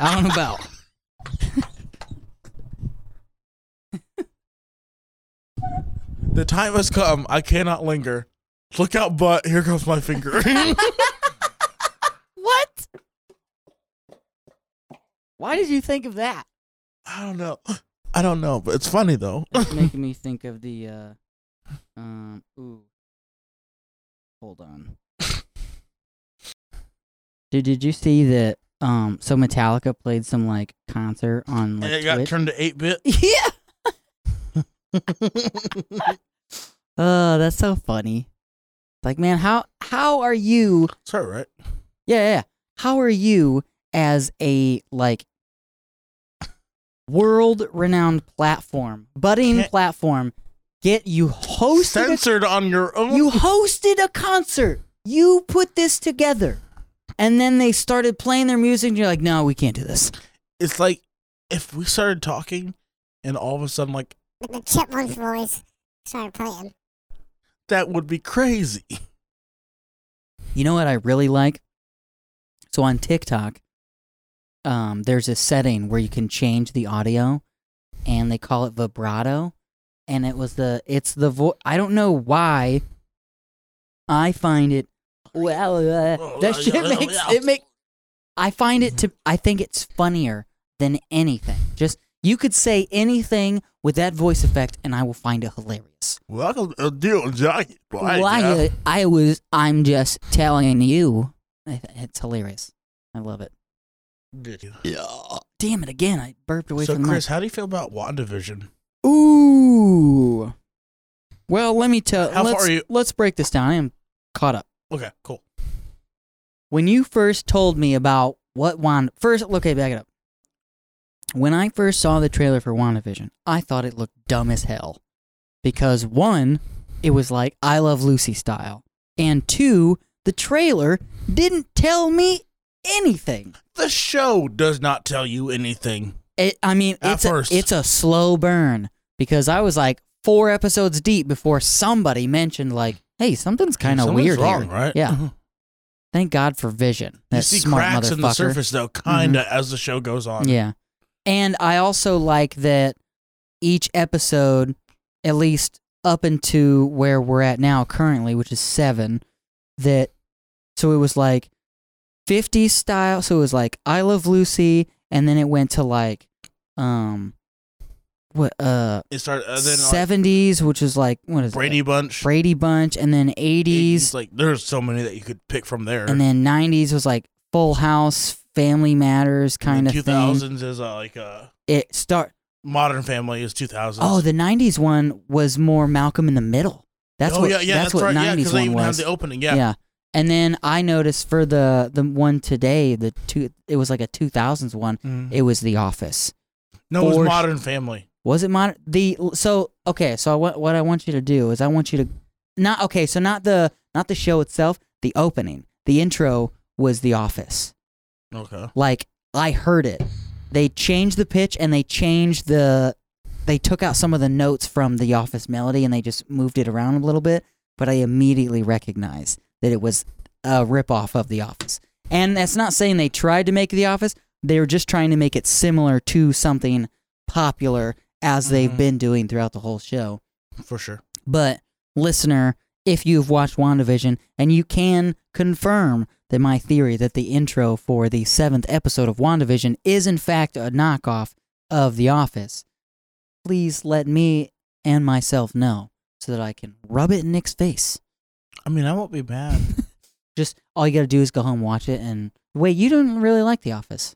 Speaker 2: out and about.
Speaker 1: the time has come. I cannot linger. Look out, butt! Here comes my finger.
Speaker 2: What? Why did you think of that?
Speaker 1: I don't know. I don't know, but it's funny though.
Speaker 2: It's making me think of the uh um ooh. Hold on. Dude, did you see that um so Metallica played some like concert on
Speaker 1: And
Speaker 2: like
Speaker 1: it got
Speaker 2: Twitch?
Speaker 1: turned to eight bit.
Speaker 2: yeah. Oh, that's so funny. Like, man, how how are you
Speaker 1: It's all right.
Speaker 2: yeah, yeah, yeah. How are you as a like world renowned platform, budding
Speaker 1: Can't-
Speaker 2: platform, get you hosted
Speaker 1: Censored on your
Speaker 2: a,
Speaker 1: own.
Speaker 2: you hosted a concert. You put this together. And then they started playing their music and you're like, "No, we can't do this."
Speaker 1: it's like if we started talking and all of a sudden like
Speaker 4: the Chipmunks boys started playing.
Speaker 1: that would be crazy.
Speaker 2: You know what I really like? So on TikTok, um, there's a setting where you can change the audio, and they call it vibrato, and it was the it's the vo I don't know why. I find it well uh, that shit makes it make. I find it to I think it's funnier than anything. Just you could say anything with that voice effect, and I will find it hilarious.
Speaker 1: Welcome to Deal Giant.
Speaker 2: Why I, I was I'm just telling you. I- It's hilarious. I love it. Yeah. Damn it again! I burped away
Speaker 1: So
Speaker 2: from the
Speaker 1: Chris, how do you feel about WandaVision?
Speaker 2: mic. Ooh. Well, let me tell.
Speaker 1: How far
Speaker 2: let's,
Speaker 1: are you-
Speaker 2: Let's break this down. I am caught up.
Speaker 1: Okay, cool.
Speaker 2: When you first told me about what Wanda first, okay, back it up. When I first saw the trailer for WandaVision, I thought it looked dumb as hell because one, it was like I Love Lucy style, and two, the trailer didn't tell me anything.
Speaker 1: The show does not tell you anything.
Speaker 2: It, I mean,
Speaker 1: At
Speaker 2: it's
Speaker 1: first.
Speaker 2: a it's a slow burn because I was like four episodes deep before somebody mentioned like, "Hey, something's kind of
Speaker 1: Something's
Speaker 2: weird
Speaker 1: wrong,
Speaker 2: here."
Speaker 1: right? Mm-hmm.
Speaker 2: Yeah. Thank God for Vision. That
Speaker 1: You see
Speaker 2: smart
Speaker 1: cracks
Speaker 2: motherfucker. Mm-hmm.
Speaker 1: in the surface though, kinda as the show goes on.
Speaker 2: Yeah, and I also like that each episode, at least up into where we're at now currently, which is seven. That so it was like 50s style. So it was like I Love Lucy, and then it went to like, um, what uh.
Speaker 1: It started uh, then like,
Speaker 2: 70s, which was like what is it?
Speaker 1: Brady Bunch.
Speaker 2: Brady Bunch, and then 80s,
Speaker 1: 80s, like there's so many that you could pick from there.
Speaker 2: and then 90s was like Full House, Family Matters kind of
Speaker 1: two
Speaker 2: thing.
Speaker 1: thousands is uh, like uh
Speaker 2: It start.
Speaker 1: Modern Family is two thousands.
Speaker 2: Oh, the 90s one was more Malcolm in the Middle. That's
Speaker 1: oh,
Speaker 2: what.
Speaker 1: yeah, yeah,
Speaker 2: that's, what
Speaker 1: right. yeah,
Speaker 2: 90s
Speaker 1: they
Speaker 2: one
Speaker 1: even have
Speaker 2: was.
Speaker 1: the opening.
Speaker 2: yeah.
Speaker 1: Yeah.
Speaker 2: And then I noticed for the the one today, the two, it was like a 2000s one.
Speaker 1: Mm.
Speaker 2: It was The Office.
Speaker 1: no, it
Speaker 2: for-
Speaker 1: was Modern Family.
Speaker 2: Was it modern? The so okay. So I, wa- what I want you to do is I want you to not okay. So not the not the show itself. The opening, the intro was The Office.
Speaker 1: Okay.
Speaker 2: Like I heard it. They changed the pitch and they changed the they took out some of the notes from the office melody and they just moved it around a little bit but i immediately recognized that it was a ripoff of the office and that's not saying they tried to make the office they were just trying to make it similar to something popular as they've
Speaker 1: Mhm.
Speaker 2: been doing throughout the whole show
Speaker 1: for sure.
Speaker 2: but listener, if you've watched WandaVision and you can confirm that my theory that the intro for the seventh episode of WandaVision is in fact a knockoff of The Office, please let me and myself know so that I can rub it in Nick's face.
Speaker 1: I mean, I won't be mad.
Speaker 2: Just all you gotta do is go home, watch it, and wait, you don't really like The Office.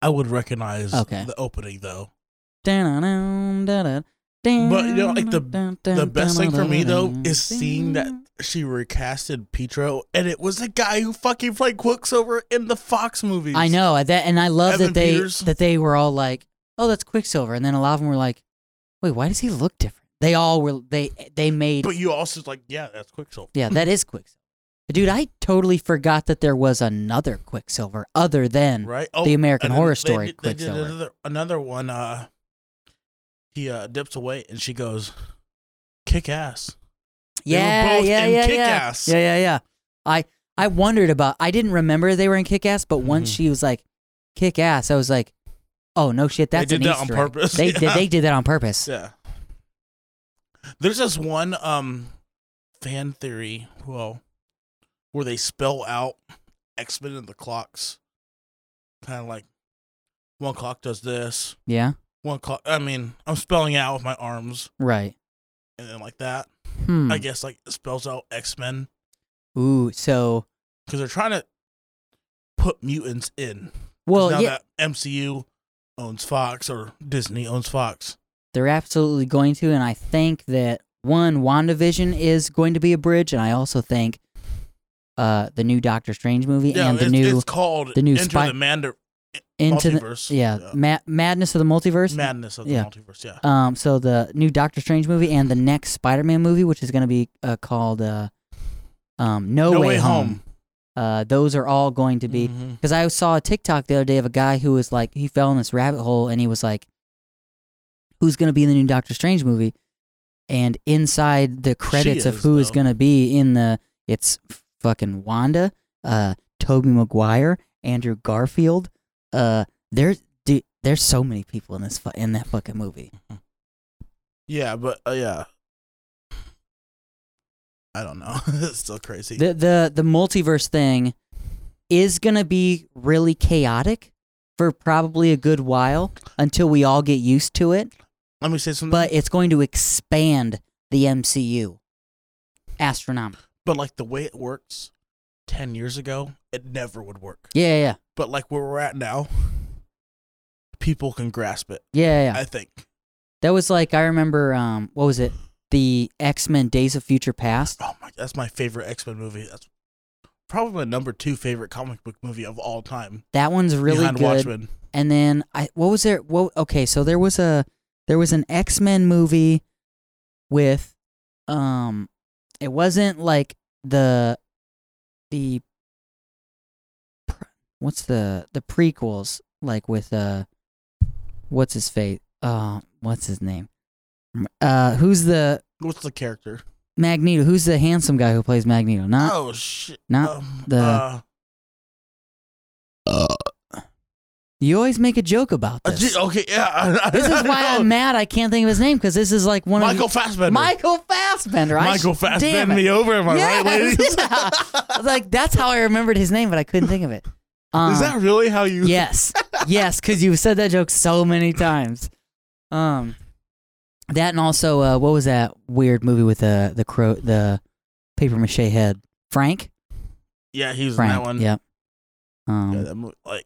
Speaker 1: I would recognize
Speaker 2: Okay.
Speaker 1: the opening though.
Speaker 2: But
Speaker 1: you know, like, the best thing for me, though, is seeing that- She recasted Petro, and it was the guy who fucking played Quicksilver in the Fox movies.
Speaker 2: I know that, and I love
Speaker 1: Evan
Speaker 2: that they
Speaker 1: Peters.
Speaker 2: that they were all like, "Oh, that's Quicksilver," and then a lot of them were like, "Wait, why does he look different?" They all were they they made
Speaker 1: but you also like, yeah, that's Quicksilver.
Speaker 2: yeah, that is Quicksilver. Dude, I totally forgot that there was another Quicksilver other than
Speaker 1: right? Oh,
Speaker 2: the American
Speaker 1: and then
Speaker 2: Horror
Speaker 1: they
Speaker 2: Story
Speaker 1: did- they did
Speaker 2: Quicksilver.
Speaker 1: another, another one. Uh, he uh, dips away, and she goes, "Kick ass." were
Speaker 2: yeah,
Speaker 1: both
Speaker 2: yeah,
Speaker 1: in
Speaker 2: yeah,
Speaker 1: Kick-Ass.
Speaker 2: yeah, yeah, yeah, yeah. I I wondered about. I didn't remember they were in Kick Ass, but once
Speaker 1: Mhm.
Speaker 2: she was like Kick Ass, I was like, "Oh no, shit,
Speaker 1: They
Speaker 2: that's
Speaker 1: did
Speaker 2: an
Speaker 1: that on
Speaker 2: Easter egg.
Speaker 1: purpose,
Speaker 2: They did
Speaker 1: yeah.
Speaker 2: they did that on purpose.
Speaker 1: Yeah. There's this one um fan theory, well, where they spell out X Men and the clocks, kind of like one clock does this,
Speaker 2: yeah,
Speaker 1: one clock. I mean, I'm spelling out with my arms
Speaker 2: right.
Speaker 1: and then like that.
Speaker 2: Hmm.
Speaker 1: I guess like it spells out X Men
Speaker 2: Ooh, so
Speaker 1: because they're trying to put mutants in. 'Cause now
Speaker 2: well, yeah,
Speaker 1: that MCU owns Fox or Disney owns Fox.
Speaker 2: they're absolutely going to, and I think that one WandaVision is going to be a bridge, and I also think uh the new Doctor Strange movie
Speaker 1: Yeah,
Speaker 2: and the
Speaker 1: it's,
Speaker 2: new
Speaker 1: it's called
Speaker 2: the new
Speaker 1: Enter
Speaker 2: Spy-
Speaker 1: the Mandar-
Speaker 2: into the,
Speaker 1: Multiverse.
Speaker 2: yeah, Ma- Madness of the Multiverse.
Speaker 1: Madness of the
Speaker 2: Yeah.
Speaker 1: multiverse. Yeah.
Speaker 2: um, so the new Doctor Strange movie and the next Spider-Man movie, which is going to be uh, called uh, um, No, Way, Home. Uh, those are all going to be
Speaker 1: Mhm.
Speaker 2: because I saw a TikTok the other day of a guy who was like, he fell in this rabbit hole and he was like, who's going to be in the new Doctor Strange movie? And inside the credits of
Speaker 1: is,
Speaker 2: who is
Speaker 1: though.
Speaker 2: going to be in the, it's fucking Wanda, uh, Toby Maguire, Andrew Garfield. Uh, there's, dude, there's so many people in this fu- in that fucking movie.
Speaker 1: Yeah, but uh, yeah, I don't know. it's still crazy.
Speaker 2: The the the multiverse thing is gonna be really chaotic for probably a good while until we all get used to it.
Speaker 1: Let me say something.
Speaker 2: but it's going to expand the MCU astronomically.
Speaker 1: but like the way it works, ten years ago, it never would work.
Speaker 2: Yeah, yeah,
Speaker 1: But like where we're at now, people can grasp it.
Speaker 2: yeah, yeah, yeah.
Speaker 1: I think.
Speaker 2: That was like I remember. Um, what was it? The X Men: Days of Future Past.
Speaker 1: Oh my, that's my favorite X Men movie. That's probably my number two favorite comic book movie of all time.
Speaker 2: That one's really
Speaker 1: behind
Speaker 2: good.
Speaker 1: Watchmen.
Speaker 2: And then I what was there? What okay? So there was a there was an X Men movie with um, it wasn't like the the pr- what's the the prequels like with uh what's his face uh what's his name uh who's the
Speaker 1: What's the character?
Speaker 2: Magneto who's the handsome guy who plays Magneto not
Speaker 1: oh shit!
Speaker 2: not
Speaker 1: um,
Speaker 2: the-
Speaker 1: uh,
Speaker 2: you always make a joke about
Speaker 1: uh,
Speaker 2: this
Speaker 1: gee, okay, yeah. I- I
Speaker 2: this is
Speaker 1: don't
Speaker 2: why
Speaker 1: know.
Speaker 2: I'm mad I can't think of his name because this is like one of
Speaker 1: Michael Fassbender.
Speaker 2: Michael Fassbender. I
Speaker 1: Michael
Speaker 2: sh-
Speaker 1: Fassbender
Speaker 2: damn it.
Speaker 1: me over, am I
Speaker 2: Yes,
Speaker 1: right, ladies?
Speaker 2: yeah. I was like, that's how I remembered his name, but I couldn't think of it. Um,
Speaker 1: Is that really how you?
Speaker 2: yes, yes, because you've said that joke so many times. Um, that and also, uh, what was that weird movie with the the crow, the paper mache head, Frank?
Speaker 1: Yeah, he was in
Speaker 2: Frank.
Speaker 1: that one.
Speaker 2: Yep.
Speaker 1: Yeah,
Speaker 2: Um,
Speaker 1: that mo- like,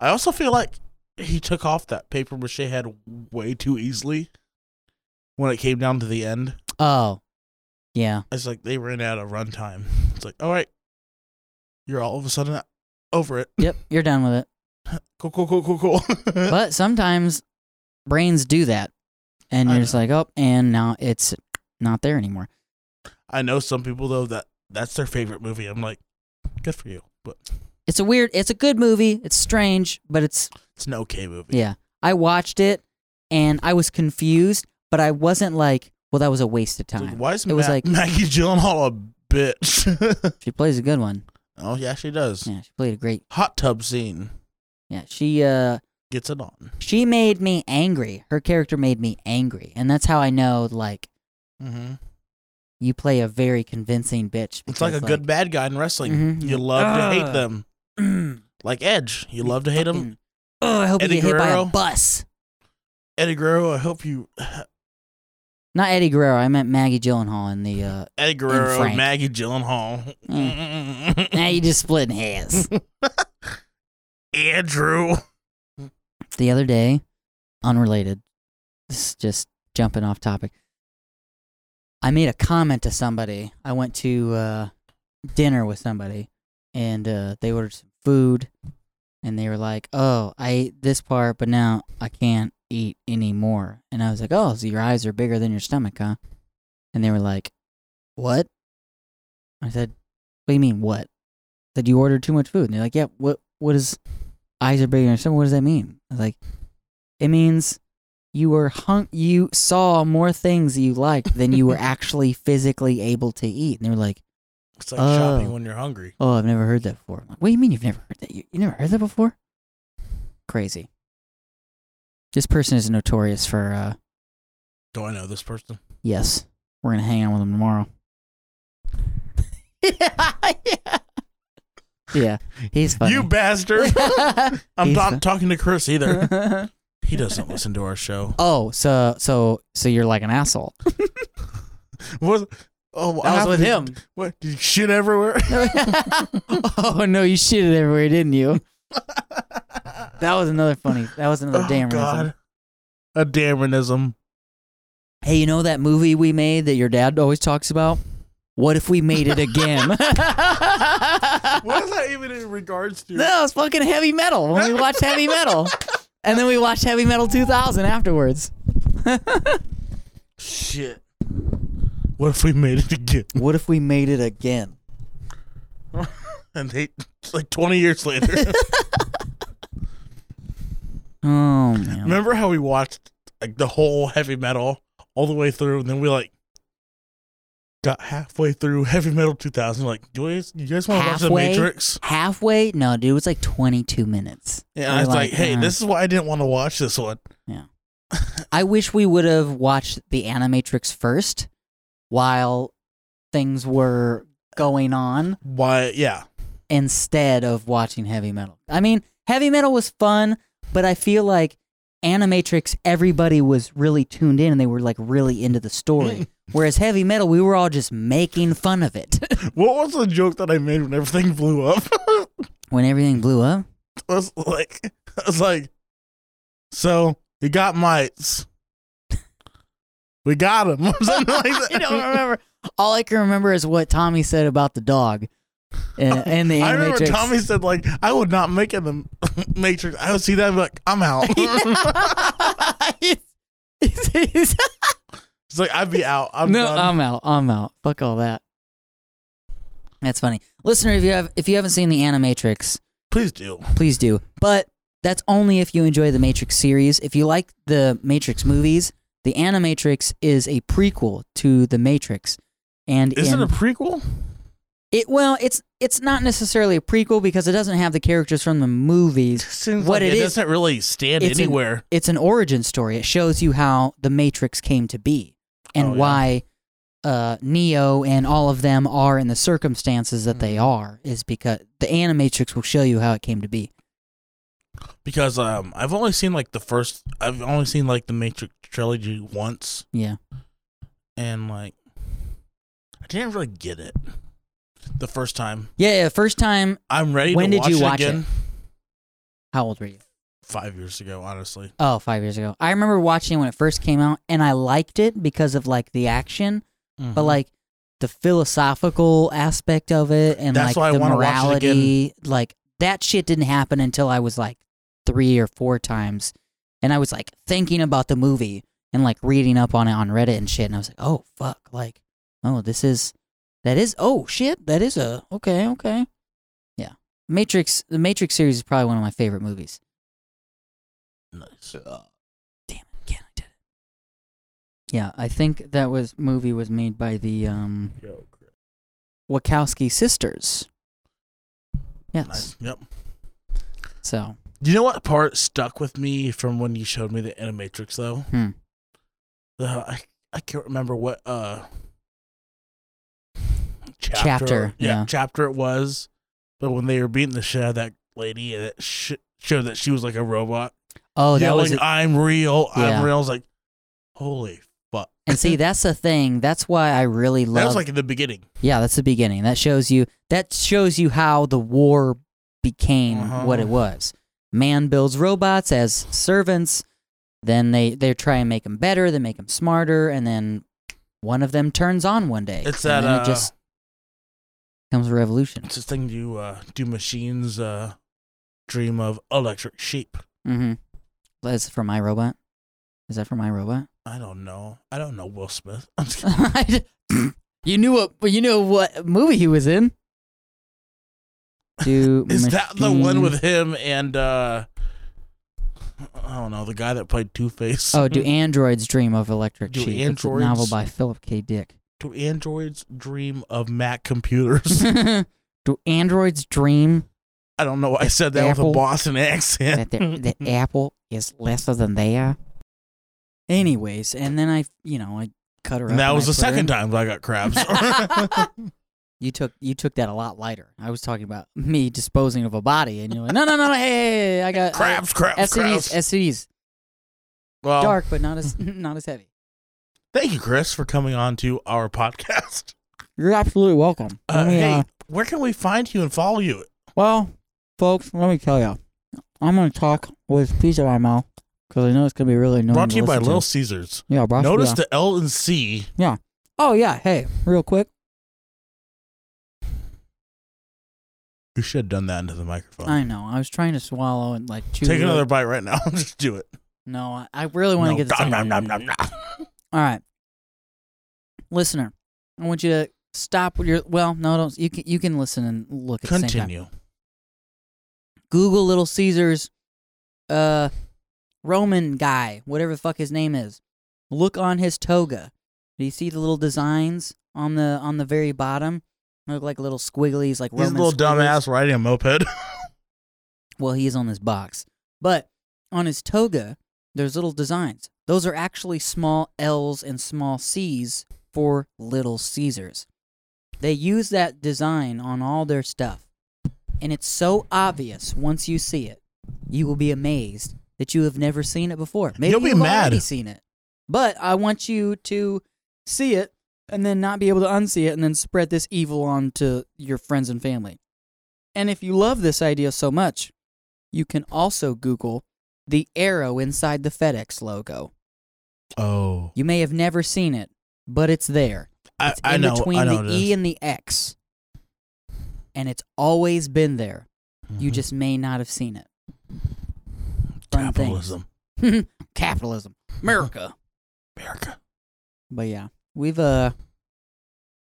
Speaker 1: I also feel like he took off that paper mache head way too easily when it came down to the end.
Speaker 2: oh, yeah.
Speaker 1: It's like they ran out of runtime. It's like, all right, you're all of a sudden over it.
Speaker 2: Yep, you're done with it.
Speaker 1: Cool, cool, cool, cool, cool.
Speaker 2: but sometimes brains do that, and
Speaker 1: I
Speaker 2: you're just like, oh, and now it's not there anymore.
Speaker 1: I know some people though that that's their favorite movie. I'm like, good for you, but
Speaker 2: It's a weird. It's a good movie. It's strange, but it's
Speaker 1: it's an okay movie.
Speaker 2: yeah. I watched it and I was confused, but I wasn't like, well, that was a waste of
Speaker 1: It's like,
Speaker 2: time.
Speaker 1: why is
Speaker 2: It was
Speaker 1: Ma-
Speaker 2: like-
Speaker 1: Maggie Gyllenhaal a bitch?
Speaker 2: she plays a good one.
Speaker 1: oh yeah, she does.
Speaker 2: Yeah, she played a great.
Speaker 1: Hot tub scene
Speaker 2: Yeah, she uh
Speaker 1: gets it on.
Speaker 2: she made me angry. Her character made me angry, and that's how I know like
Speaker 1: Mm-hmm.
Speaker 2: you play a very convincing bitch.
Speaker 1: It's like a
Speaker 2: because,
Speaker 1: good bad guy in wrestling.
Speaker 2: Mhm.
Speaker 1: You love to hate
Speaker 2: Ah.
Speaker 1: them,
Speaker 2: Mm,
Speaker 1: like Edge. You love to hate him.
Speaker 2: fucking- Oh, I hope
Speaker 1: Eddie
Speaker 2: you get hit by
Speaker 1: Guerrero.
Speaker 2: a bus.
Speaker 1: Eddie Guerrero. I hope you.
Speaker 2: Not Eddie Guerrero. I meant Maggie Gyllenhaal in the. uh
Speaker 1: Eddie Guerrero and
Speaker 2: Frank. Mm.
Speaker 1: Maggie Gyllenhaal.
Speaker 2: Now you just splitting hairs.
Speaker 1: Andrew.
Speaker 2: the other day, unrelated. This is just jumping off topic. I made a comment to somebody. I went to uh, dinner with somebody, and uh, they ordered some food, and they were like, "Oh, I ate this part, but now I can't eat anymore." And I was like, "Oh, so your eyes are bigger than your stomach, huh?" And they were like, "What?" I said, "What do you mean, what?" That you ordered too much food. And they're like, "Yeah, what? What is eyes are bigger than your stomach? What does that mean?" I was like, "It means." You were hung. You saw more things you liked than you were actually physically able to eat. And they were like,
Speaker 1: It's like shopping
Speaker 2: Oh.
Speaker 1: when you're hungry.
Speaker 2: Oh, I've never heard that before. I'm like, what do you mean you've never heard that? You, you never heard that before? Crazy. This person is notorious for, uh,
Speaker 1: Do I know this person?
Speaker 2: yes, we're going to hang out with him tomorrow. yeah. Yeah. He's funny.
Speaker 1: You bastard! I'm
Speaker 2: He's
Speaker 1: not
Speaker 2: fu-
Speaker 1: talking to Chris either. he doesn't listen to our show.
Speaker 2: oh, so, so, so you're like an asshole.
Speaker 1: What? Oh, what
Speaker 2: That was with
Speaker 1: happened?
Speaker 2: him.
Speaker 1: What? Did you shit everywhere?
Speaker 2: oh, no, you shitted everywhere, didn't you? That was another funny, that was another
Speaker 1: oh,
Speaker 2: damn reason.
Speaker 1: God. A Dameronism.
Speaker 2: Hey, you know that movie we made that your dad always talks about? What if we made it again?
Speaker 1: What is that even in regards to?
Speaker 2: no, it's fucking heavy metal when we watched heavy metal. And then we watched Heavy Metal 2000 afterwards.
Speaker 1: Shit. What if we made it again?
Speaker 2: What if we made it again?
Speaker 1: And they, it's like 20 years later.
Speaker 2: Oh, man.
Speaker 1: Remember how we watched like the whole heavy metal all the way through, and then we like got halfway through heavy metal 2000. Like, do you guys, you guys want to watch the
Speaker 2: Halfway?
Speaker 1: Matrix?
Speaker 2: Halfway? No, dude, it was like 22 minutes.
Speaker 1: Yeah,
Speaker 2: We're
Speaker 1: I was like, hey,
Speaker 2: uh,
Speaker 1: this is why I didn't want to watch this one.
Speaker 2: I wish we would have watched the Animatrix first while things were going on.
Speaker 1: Why? Yeah,
Speaker 2: instead of watching heavy metal. I mean, heavy metal was fun, but I feel like Animatrix, everybody was really tuned in and they were like really into the story. Whereas heavy metal, we were all just making fun of it.
Speaker 1: what was the joke that I made when everything blew up? I
Speaker 2: when everything blew up,
Speaker 1: was like, I was like, so you got mites. We got him. Something like that.
Speaker 2: I don't remember. All I can remember is what Tommy said about the dog and, and the Animatrix.
Speaker 1: I remember Tommy said like I would not make it in the Matrix. I would see that and be like I'm out. it's like I'd be out. I'm
Speaker 2: no, um,
Speaker 1: done.
Speaker 2: I'm out. I'm out. Fuck all that. That's funny, listener. If you have if you haven't seen the Animatrix,
Speaker 1: Please do.
Speaker 2: please do. But that's only if you enjoy the Matrix series. If you like the Matrix movies, the Animatrix is a prequel to the Matrix, and
Speaker 1: Is
Speaker 2: in,
Speaker 1: it a prequel?
Speaker 2: it well, it's it's not necessarily a prequel because it doesn't have the characters from the movies.
Speaker 1: Seems
Speaker 2: What
Speaker 1: like
Speaker 2: it
Speaker 1: it
Speaker 2: is-
Speaker 1: doesn't really stand
Speaker 2: it's an-
Speaker 1: anywhere.
Speaker 2: It's an origin story. It shows you how the Matrix came to be and
Speaker 1: Oh, yeah.
Speaker 2: why uh, Neo and all of them are in the circumstances that
Speaker 1: Mm-hmm.
Speaker 2: they are. Is because the Animatrix will show you how it came to be.
Speaker 1: because um I've only seen like the first I've only seen like the Matrix trilogy once
Speaker 2: Yeah.
Speaker 1: and like I didn't really get it the first time.
Speaker 2: Yeah. yeah first time.
Speaker 1: I'm ready
Speaker 2: When
Speaker 1: to
Speaker 2: did
Speaker 1: watch
Speaker 2: you
Speaker 1: it
Speaker 2: watch
Speaker 1: again.
Speaker 2: it? How old were you?
Speaker 1: 5 years ago, honestly.
Speaker 2: Oh, five years ago. I remember watching it when it first came out, and I liked it because of like the action,
Speaker 1: Mm-hmm.
Speaker 2: but like the philosophical aspect of it, and
Speaker 1: That's why I
Speaker 2: like the
Speaker 1: wanna watch it
Speaker 2: morality. Like that shit didn't happen until I was like three or four times, and I was like thinking about the movie and like reading up on it on Reddit and shit, and I was like, oh fuck, like oh this is that is oh shit that is a okay okay yeah Matrix the Matrix series is probably one of my favorite movies.
Speaker 1: nice.
Speaker 2: Damn it, Ken, Yeah, I think that was movie was made by the um,
Speaker 1: Yo,
Speaker 2: Wachowski sisters. Yes.
Speaker 1: nice. Yep.
Speaker 2: So
Speaker 1: You know what part stuck with me from when you showed me the Animatrix though?
Speaker 2: Hmm.
Speaker 1: The- I I can't remember what uh
Speaker 2: Chapter, yeah.
Speaker 1: chapter it was. But when they were beating the shit out of that lady, and it sh- showed that she was like a robot.
Speaker 2: oh, that
Speaker 1: yelling,
Speaker 2: was it.
Speaker 1: "I'm real,
Speaker 2: Yeah.
Speaker 1: I'm real." I was like, "Holy fuck!"
Speaker 2: and see that's the thing. That's why I really
Speaker 1: that
Speaker 2: love.
Speaker 1: was like in the beginning.
Speaker 2: yeah, that's the beginning. That shows you. That shows you how the war became
Speaker 1: Uh-huh.
Speaker 2: what it was. Man builds robots as servants. Then they they try and make them better. They make them smarter, and then one of them turns on one day.
Speaker 1: It's
Speaker 2: and
Speaker 1: that,
Speaker 2: then
Speaker 1: uh,
Speaker 2: it just becomes a revolution.
Speaker 1: It's this thing you uh, do machines uh, dream of electric sheep.
Speaker 2: Mm-hmm. That's from iRobot. Is that from iRobot?
Speaker 1: I don't know. I don't know Will Smith. I'm just kidding.
Speaker 2: you knew what you know what movie he was in. Do
Speaker 1: Is that the one
Speaker 2: machines-
Speaker 1: with him and uh I don't know, the guy that played Two Face?
Speaker 2: Oh, do androids dream of electric
Speaker 1: Do
Speaker 2: sheep? It's a novel
Speaker 1: androids-
Speaker 2: by Philip K. Dick.
Speaker 1: do androids dream of Mac computers?
Speaker 2: do androids dream
Speaker 1: I don't know why I said that
Speaker 2: Apple?
Speaker 1: with a Boston accent.
Speaker 2: that the, that apple is lesser than they are? Anyways, and then I, you know, I cut her. up
Speaker 1: and that
Speaker 2: and
Speaker 1: was
Speaker 2: I
Speaker 1: the
Speaker 2: put her in-
Speaker 1: second time I got crabs.
Speaker 2: you took you took that a lot lighter. I was talking about me disposing of a body, and you're like, no, no, no, no, hey, hey, hey, I got uh,
Speaker 1: crabs,
Speaker 2: I,
Speaker 1: crabs, crabs.
Speaker 2: STDs, STDs,
Speaker 1: well,
Speaker 2: dark but not as not as heavy.
Speaker 1: Thank you, Chris, for coming on to our podcast.
Speaker 2: You're absolutely welcome.
Speaker 1: Uh,
Speaker 2: Let me,
Speaker 1: hey,
Speaker 2: uh,
Speaker 1: where can we find you and follow you?
Speaker 2: well, folks, let me tell you, I'm gonna talk with a piece of my mouth because I know it's gonna be really annoying.
Speaker 1: Brought to you by
Speaker 2: Oh, listen
Speaker 1: Little Caesars.
Speaker 2: Yeah, bro.
Speaker 1: Notice
Speaker 2: yeah.
Speaker 1: the L and C.
Speaker 2: Oh yeah, hey, real quick.
Speaker 1: You should have done that into the microphone.
Speaker 2: I know. I was trying to swallow and like chew.
Speaker 1: Oh. Take
Speaker 2: it.
Speaker 1: another bite right now. Just do it.
Speaker 2: No, I, I really want to
Speaker 1: No,
Speaker 2: get this.
Speaker 1: nom,
Speaker 2: out.
Speaker 1: nom, nom, nom, nom.
Speaker 2: All right, listener, I want you to stop with your. Well, no, don't. You can you can listen and look at the same time.
Speaker 1: Continue.
Speaker 2: Google Little Caesars, uh, Roman guy, whatever the fuck his name is. Look on his toga. Do you see the little designs on the on the very bottom? They look like little squigglies, like
Speaker 1: He's a
Speaker 2: Roman
Speaker 1: little
Speaker 2: squigglies.
Speaker 1: dumbass riding a moped.
Speaker 2: Well, he is on this box, but on his toga, there's little designs. Those are actually small L's and small C's for Little Caesars. They use that design on all their stuff. And it's so obvious once you see it, you will be amazed that you have never seen it before. Maybe
Speaker 1: You'll be
Speaker 2: you've already
Speaker 1: mad.
Speaker 2: seen it. But I want you to see it and then not be able to unsee it and then spread this evil on to your friends and family. And if you love this idea so much, you can also Google the arrow inside the FedEx logo.
Speaker 1: Oh,
Speaker 2: You may have never seen it, but it's there.
Speaker 1: I,
Speaker 2: It's
Speaker 1: I
Speaker 2: in
Speaker 1: know.
Speaker 2: between
Speaker 1: I know
Speaker 2: the
Speaker 1: this.
Speaker 2: E and the X. And it's always been there.
Speaker 1: Mm-hmm.
Speaker 2: You just may not have seen it. Fun thing.
Speaker 1: capitalism,
Speaker 2: Capitalism. America.
Speaker 1: America.
Speaker 2: But yeah, we've uh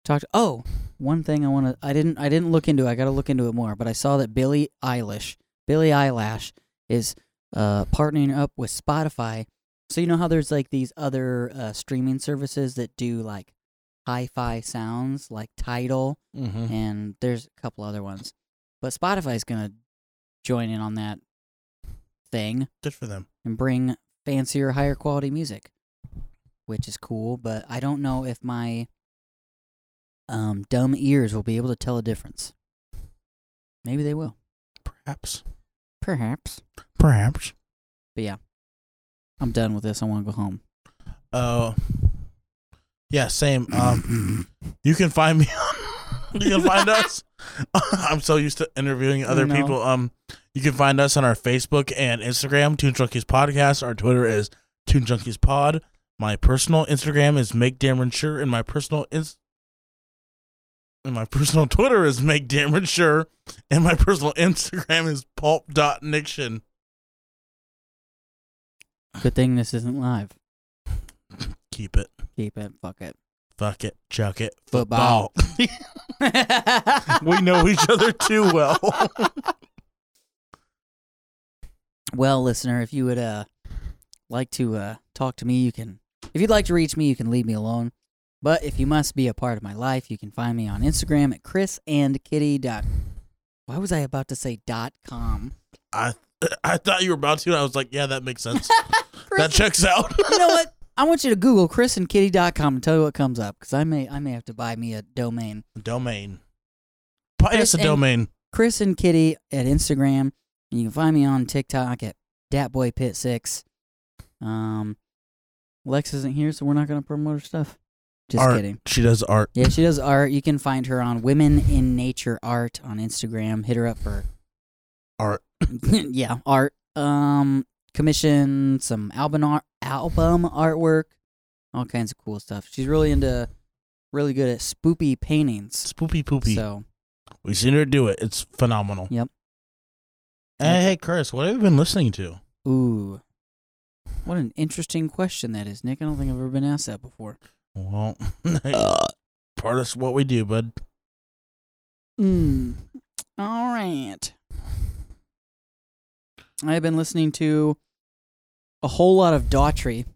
Speaker 2: talked. Oh, one thing I want to. I didn't. I didn't look into. it. I got to look into it more. But I saw that Billie Eilish, Billie Eyelash, is uh partnering up with Spotify. So you know how there's like these other uh, streaming services that do like hi-fi sounds, like Tidal
Speaker 1: Mm-hmm.
Speaker 2: and there's a couple other ones. But Spotify's gonna join in on that thing
Speaker 1: Good for them.
Speaker 2: and bring fancier, higher quality music, which is cool. But I don't know if my um, dumb ears will be able to tell a difference. Maybe they will.
Speaker 1: Perhaps.
Speaker 2: Perhaps.
Speaker 1: Perhaps.
Speaker 2: But yeah, I'm done with this. I want to go home.
Speaker 1: Oh. yeah, same. Um, you can find me. you can find us. I'm so used to interviewing other
Speaker 2: know.
Speaker 1: people. Um, you can find us on our Facebook and Instagram, Toon Junkies Podcast. Our Twitter is Toon Junkies Pod. My personal Instagram is Make Dameron Sure, and my personal ins- and my personal Twitter is Make Dameron Sure, and my personal Instagram is Pulp.Niction.
Speaker 2: Good thing this isn't live.
Speaker 1: Keep it.
Speaker 2: Keep it. Fuck it.
Speaker 1: Fuck it. Chuck it.
Speaker 2: Football.
Speaker 1: Football. we know each other too well.
Speaker 2: well, listener, if you would uh like to uh talk to me, you can If you'd like to reach me, you can leave me alone. But if you must be a part of my life, you can find me on Instagram at chrisandkitty. dot- Why was I about to say dot com?
Speaker 1: I I thought you were about to. And I was like, yeah, that makes sense. that checks out.
Speaker 2: you know what? I want you to Google chrisandkitty.com and tell you what comes up because I may I may have to buy me a domain.
Speaker 1: domain. Buy us
Speaker 2: Chris
Speaker 1: a
Speaker 2: and-
Speaker 1: domain.
Speaker 2: Chris and Kitty at Instagram, and you can find me on TikTok at datboypit6. Um, Lex isn't here, so we're not going to promote her stuff. Just
Speaker 1: art.
Speaker 2: kidding.
Speaker 1: She does art.
Speaker 2: Yeah, she does art. You can find her on Women in Nature Art on Instagram. Hit her up for
Speaker 1: Art.
Speaker 2: yeah, art. Um, commission some album art, album artwork, all kinds of cool stuff. She's really into, really good at spoopy paintings.
Speaker 1: Spoopy poopy.
Speaker 2: So
Speaker 1: We've seen her do it. It's phenomenal.
Speaker 2: Yep.
Speaker 1: Hey, hey, Chris, what have you been listening to?
Speaker 2: Ooh. What an interesting question that is, Nick. I don't think I've ever been asked that before.
Speaker 1: Well,
Speaker 2: Uh.
Speaker 1: part of what we do, bud.
Speaker 2: Mm. All right. I've been listening to a whole lot of Daughtry.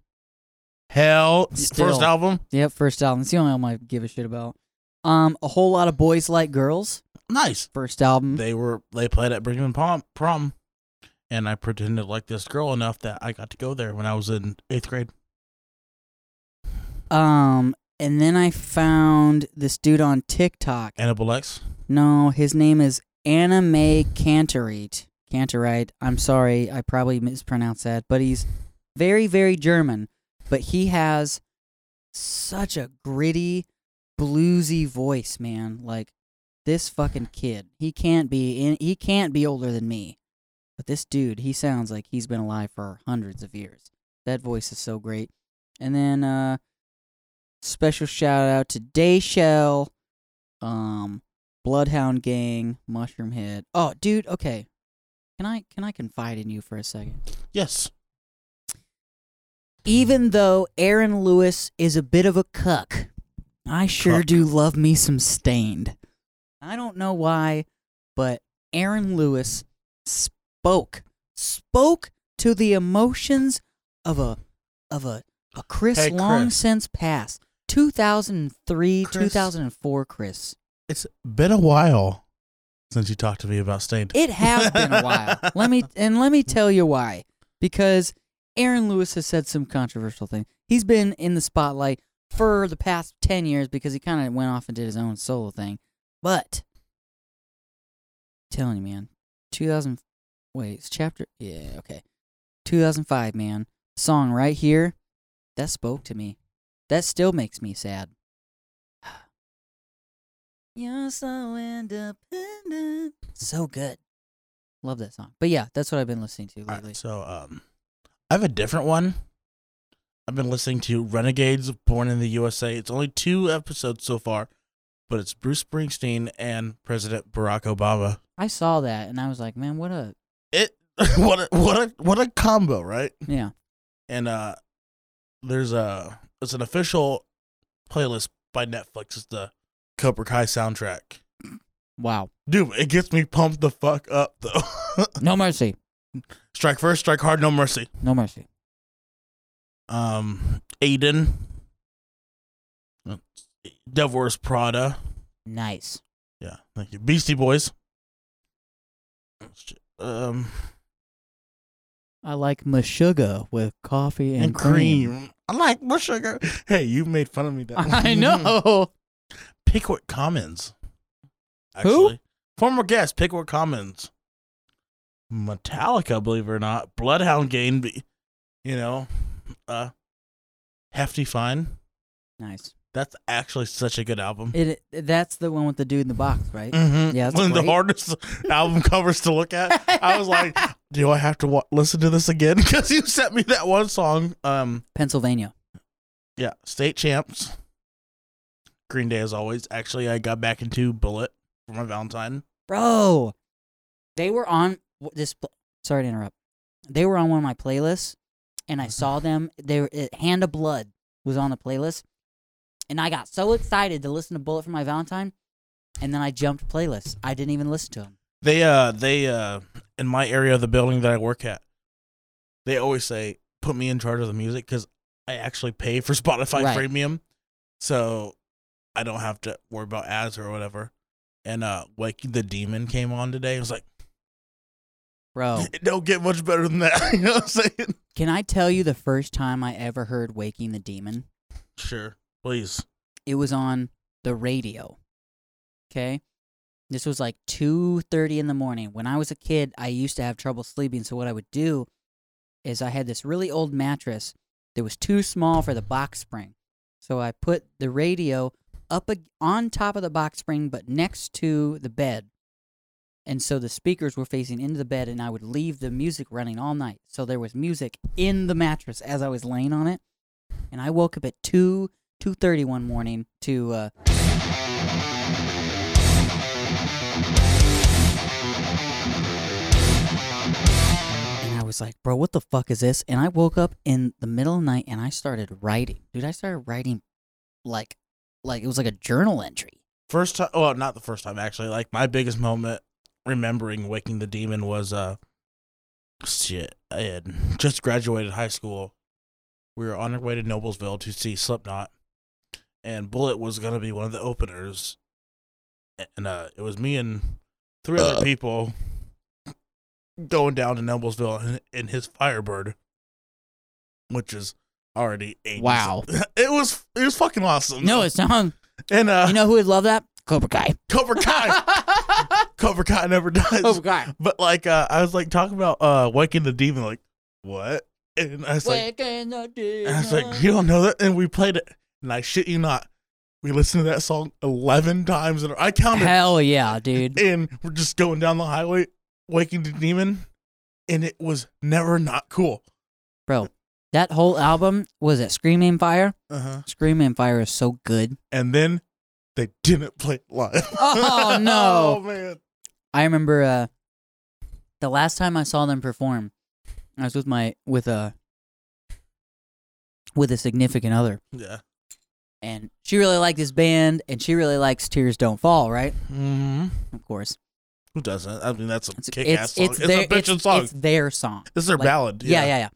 Speaker 1: Hell, first
Speaker 2: Still.
Speaker 1: album.
Speaker 2: Yep, first album. It's the only album I give a shit about. Um, a whole lot of boys like girls.
Speaker 1: Nice.
Speaker 2: First album.
Speaker 1: They were they played at Brigham and Prom, prom, and I pretended like this girl enough that I got to go there when I was in eighth grade.
Speaker 2: Um, and then I found this dude on TikTok.
Speaker 1: Annabelle X.
Speaker 2: No, his name is Anime Cantorite. Cantorite. I'm sorry, I probably mispronounced that, but he's very, very German. But he has such a gritty, bluesy voice, man. Like this fucking kid. He can't be. In, he can't be older than me. But this dude, he sounds like he's been alive for hundreds of years. That voice is so great. And then, uh, special shout out to Dayshell. Um, Bloodhound Gang, Mushroom Head. Oh, dude, okay. Can I can I confide in you for a second?
Speaker 1: Yes.
Speaker 2: Even though Aaron Lewis is a bit of a cuck, I sure
Speaker 1: Cuck.
Speaker 2: do love me some stained. I don't know why, but Aaron Lewis spoke spoke to the emotions of a of a a Chris
Speaker 1: Hey,
Speaker 2: long
Speaker 1: Chris.
Speaker 2: since passed. 2003,
Speaker 1: Chris.
Speaker 2: 2004 Chris.
Speaker 1: It's been a while since you talked to me about Stained.
Speaker 2: It has been a while. Let me and let me tell you why. Because Aaron Lewis has said some controversial things. He's been in the spotlight for the past ten years because he kind of went off and did his own solo thing. But I'm telling you, man, two thousand wait, it's chapter yeah, okay. Two thousand five, man. Song right here, that spoke to me. That still makes me sad. You're so independent. So good. Love that song. But yeah, that's what I've been listening to
Speaker 1: All
Speaker 2: lately.
Speaker 1: right, so um, I have a different one. I've been listening to Renegades Born in the USA. It's only two episodes so far, but it's Bruce Springsteen and President Barack Obama.
Speaker 2: I saw that and I was like, man, what a
Speaker 1: It what a, what a, what a combo, right?
Speaker 2: yeah.
Speaker 1: And uh, there's a it's an official playlist by Netflix. It's the Cobra Kai soundtrack.
Speaker 2: Wow.
Speaker 1: Dude, it gets me pumped the fuck up though.
Speaker 2: No mercy.
Speaker 1: strike first, strike hard, no mercy.
Speaker 2: No mercy.
Speaker 1: um Aiden, Devil Wears Prada.
Speaker 2: Nice.
Speaker 1: Yeah, thank you. Beastie Boys. Um
Speaker 2: I like Meshuggah with coffee
Speaker 1: and,
Speaker 2: and,
Speaker 1: cream. I like my sugar. Hey, you made fun of me that.
Speaker 2: I know.
Speaker 1: Pickwick Commons.
Speaker 2: Who?
Speaker 1: Former guest Pickwick Commons. Metallica, believe it or not. Bloodhound Gang. be- You know, uh, hefty fine.
Speaker 2: Nice.
Speaker 1: That's actually such a good album.
Speaker 2: It that's the one with the dude in the box, right?
Speaker 1: Mm-hmm.
Speaker 2: Yeah, that's
Speaker 1: one of the
Speaker 2: great.
Speaker 1: hardest album covers to look at. I was like, do I have to wa- listen to this again? Because you sent me that one song. Um,
Speaker 2: Pennsylvania.
Speaker 1: yeah, State Champs, Green Day as always. Actually, I got back into Bullet for my Valentine.
Speaker 2: Bro. They were on w- this pl- sorry to interrupt. They were on one of my playlists and I saw them. They were it, Hand of Blood was on the playlist. And I got so excited to listen to Bullet for my Valentine and then I jumped playlists. I didn't even listen to them.
Speaker 1: They uh they uh in my area of the building that I work at, they always say put me in charge of the music because I actually pay for Spotify
Speaker 2: Right.
Speaker 1: Premium, so I don't have to worry about ads or whatever. And uh, like the demon came on today. I was like,
Speaker 2: Bro,
Speaker 1: it don't get much better than that. you know what I'm saying?
Speaker 2: can I tell you the first time I ever heard Waking the Demon?
Speaker 1: Sure, please.
Speaker 2: It was on the radio. Okay? This was like 2:30 in the morning. When I was a kid, I used to have trouble sleeping, so what I would do is I had this really old mattress that was too small for the box spring. So I put the radio up ag- on top of the box spring but next to the bed. And so the speakers were facing into the bed and I would leave the music running all night. So there was music in the mattress as I was laying on it. And I woke up at 2 2:30 one morning to uh And I was like, bro, what the fuck is this? And I woke up in the middle of the night and I started writing. Dude, I started writing like like it was like a journal entry.
Speaker 1: First time, well, not the first time actually. Like my biggest moment remembering waking the demon was uh, shit. I had just graduated high school. We were on our way to Noblesville to see Slipknot, and Bullet was gonna be one of the openers, and uh, it was me and three other people going down to Noblesville in, in his Firebird, which is already ages.
Speaker 2: Wow.
Speaker 1: it was it was fucking awesome.
Speaker 2: No, it's not
Speaker 1: and uh,
Speaker 2: you know who would love that? Cobra Kai.
Speaker 1: Cobra Kai. Cobra Kai never dies.
Speaker 2: Cobra Kai.
Speaker 1: But like, uh, I was like talking about uh, waking the demon. Like, what? And I was like,
Speaker 2: Waking the
Speaker 1: and I was
Speaker 2: demon.
Speaker 1: like, you don't know that. And we played it. And I shit you not, we listened to that song eleven times. And I counted.
Speaker 2: Hell yeah, dude.
Speaker 1: and we're just going down the highway, waking the demon, and it was never not cool.
Speaker 2: Bro, that whole album was it Screaming Fire?
Speaker 1: Uh huh.
Speaker 2: Screaming Fire is so good.
Speaker 1: And then they didn't play it live.
Speaker 2: Oh, no.
Speaker 1: oh man.
Speaker 2: I remember uh the last time I saw them perform, I was with my with a with a significant other
Speaker 1: Yeah.
Speaker 2: and she really liked this band and she really likes Tears Don't Fall, right?
Speaker 1: hmm
Speaker 2: Of course.
Speaker 1: Who doesn't? I mean, that's a
Speaker 2: It's
Speaker 1: kick-ass
Speaker 2: it's,
Speaker 1: song.
Speaker 2: it's,
Speaker 1: It's,
Speaker 2: their
Speaker 1: a bitchin'
Speaker 2: it's,
Speaker 1: song.
Speaker 2: it's their song.
Speaker 1: This is their
Speaker 2: Like,
Speaker 1: ballad.
Speaker 2: Yeah, yeah, yeah.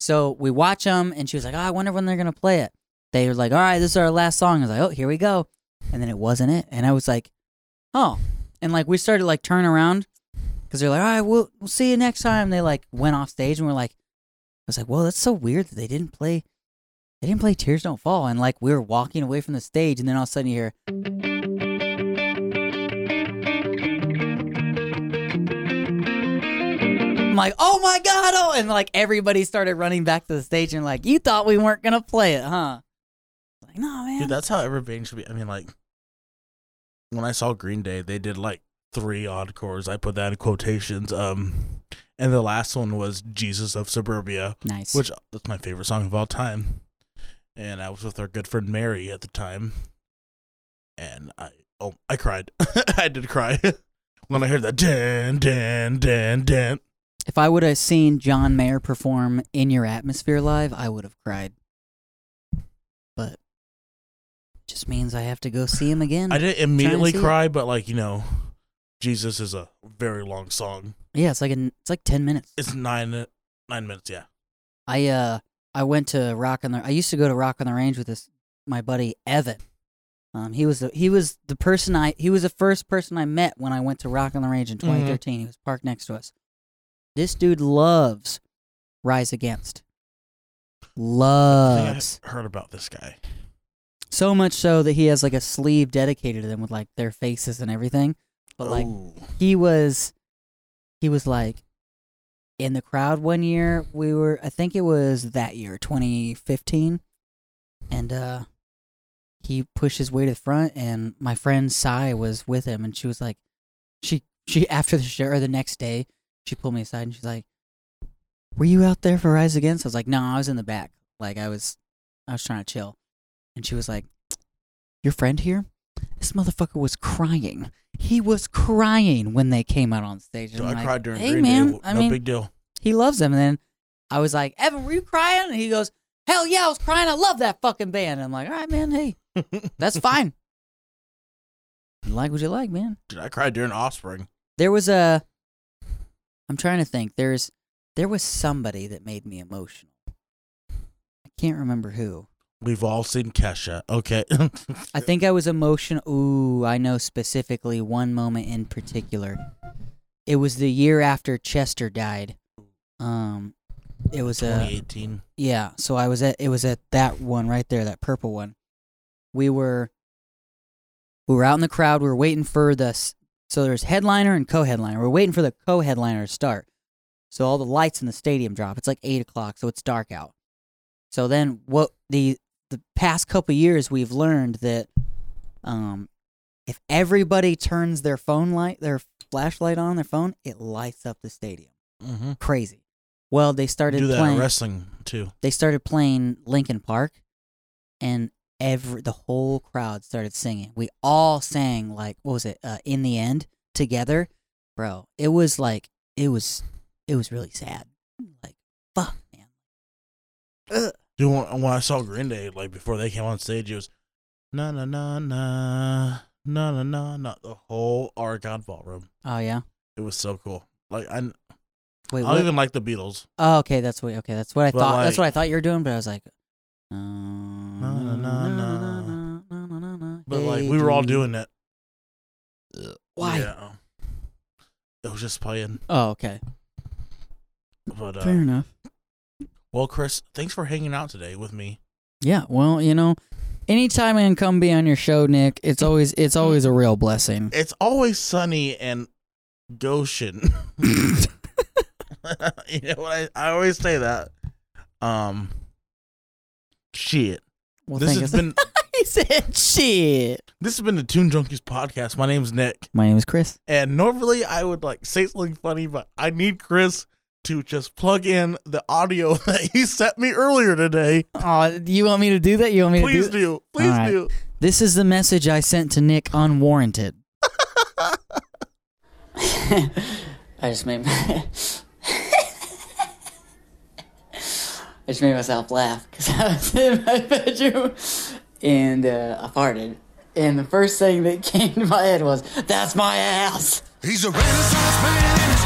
Speaker 2: So we watch them, and she was like, "Oh, I wonder when they're gonna play it." They were like, "All right, this is our last song." I was like, "Oh, here we go," and then it wasn't it, and I was like, "Oh," and like we started like turn around because they're like, "All right, we'll we'll see you next time." They like went off stage, and we're like, "I was like, well, that's so weird that they didn't play." They didn't play Tears Don't Fall, and like we were walking away from the stage, and then all of a sudden you hear, I'm like, oh my god, oh, and like everybody started running back to the stage, and like you thought we weren't gonna play it, huh? Like, no, man,
Speaker 1: Dude, that's how every band should be. I mean, like, when I saw Green Day, they did like three encores. I put that in quotations. Um, and the last one was Jesus of Suburbia,
Speaker 2: nice.
Speaker 1: which uh, that's my favorite song of all time. And I was with our good friend Mary at the time, and I oh I cried. I did cry when I heard that dan dan dan dan.
Speaker 2: If I would have seen John Mayer perform in your atmosphere live, I would have cried. But just means I have to go see him again.
Speaker 1: I didn't immediately
Speaker 2: see it.
Speaker 1: cry, but like you know, Jesus is a very long song.
Speaker 2: yeah, it's like an, it's like ten minutes.
Speaker 1: It's nine nine minutes. Yeah.
Speaker 2: I uh I went to Rock on the I used to go to Rock on the Range with this my buddy Evan. Um, he was the he was the person I he was the first person I met when I went to Rock on the Range in 2013. He was parked next to us. This dude loves Rise Against.
Speaker 1: I
Speaker 2: Loves
Speaker 1: think I heard about this guy.
Speaker 2: so much so that he has like a sleeve dedicated to them with like their faces and everything. But like
Speaker 1: Ooh.
Speaker 2: he was he was like in the crowd one year we were i think it was that year 2015 and uh he pushed his way to the front and my friend Sai was with him and she was like she she after the show or the next day she pulled me aside and she's like were you out there for rise against i was like no i was in the back like i was i was trying to chill and she was like your friend here this motherfucker was crying he was crying when they came out on stage
Speaker 1: Dude,
Speaker 2: And
Speaker 1: I
Speaker 2: I'm like,
Speaker 1: cried during
Speaker 2: hey
Speaker 1: Green
Speaker 2: man
Speaker 1: Day.
Speaker 2: i
Speaker 1: no
Speaker 2: mean
Speaker 1: big deal.
Speaker 2: he loves them. And then I was like, Evan, were you crying? And he goes, Hell yeah, I was crying. I love that fucking band. And I'm like, All right, man, hey, that's fine. You like what you like, man.
Speaker 1: Dude, I cried during Offspring.
Speaker 2: There was a, I'm trying to think. There's, there was somebody that made me emotional. I Can't remember who.
Speaker 1: We've all seen Kesha. Okay.
Speaker 2: I think I was emotional. Ooh, I know specifically one moment in particular. It was the year after Chester died. Um, it was a
Speaker 1: 2018.
Speaker 2: yeah. So I was at it was at that one right there, that purple one. We were we were out in the crowd. We were waiting for the s- so there's headliner and co-headliner. We're waiting for the co-headliner to start. So all the lights in the stadium drop. It's like eight o'clock, so it's dark out. So then what the the past couple years we've learned that um if everybody turns their phone light their flashlight on their phone, it lights up the stadium.
Speaker 1: Mm-hmm.
Speaker 2: Crazy. Well, they started
Speaker 1: Do that
Speaker 2: playing
Speaker 1: in wrestling too.
Speaker 2: they started playing Linkin Park, and every the whole crowd started singing. We all sang like what was it? Uh, In the end, together, bro. It was like it was it was really sad. Like fuck, man. Ugh.
Speaker 1: Dude, when, when I saw Green Day, like before they came on stage, it was na na na na na na na na the whole Argon ballroom.
Speaker 2: Oh yeah.
Speaker 1: It was so cool. Like I,
Speaker 2: Wait.
Speaker 1: I
Speaker 2: What?
Speaker 1: don't even like the Beatles.
Speaker 2: oh, okay. That's what. Okay, that's what I
Speaker 1: But,
Speaker 2: thought. that's
Speaker 1: like-
Speaker 2: what I thought you were doing, but I was like. uh, No,
Speaker 1: no, no, no. But like we were all doing it.
Speaker 2: Why?
Speaker 1: Yeah. It was just playing.
Speaker 2: Oh, okay.
Speaker 1: But
Speaker 2: Fair
Speaker 1: uh,
Speaker 2: enough.
Speaker 1: well, Chris, thanks for hanging out today with me.
Speaker 2: Yeah, well, you know, anytime I can come be on your show, Nick, it's always it's always a real blessing.
Speaker 1: It's always sunny and Goshen. you know what I, I always say that. Um, shit.
Speaker 2: Well,
Speaker 1: this
Speaker 2: thank
Speaker 1: has
Speaker 2: you.
Speaker 1: been
Speaker 2: he said, "Shit."
Speaker 1: this has been the Tune Junkies podcast. My name's Nick,
Speaker 2: My name is Chris.
Speaker 1: and normally I would like say something funny, but I need Chris to just plug in the audio that he sent me earlier today.
Speaker 2: Oh, you want me to do that? You want me
Speaker 1: Please
Speaker 2: to do?
Speaker 1: do, please
Speaker 2: All right.
Speaker 1: do.
Speaker 2: This is the message I sent to Nick unwarranted. I just made my- I just made myself laugh because I was in my bedroom and uh, I farted. And the first thing that came to my head was, "That's my ass."
Speaker 5: He's a renaissance man.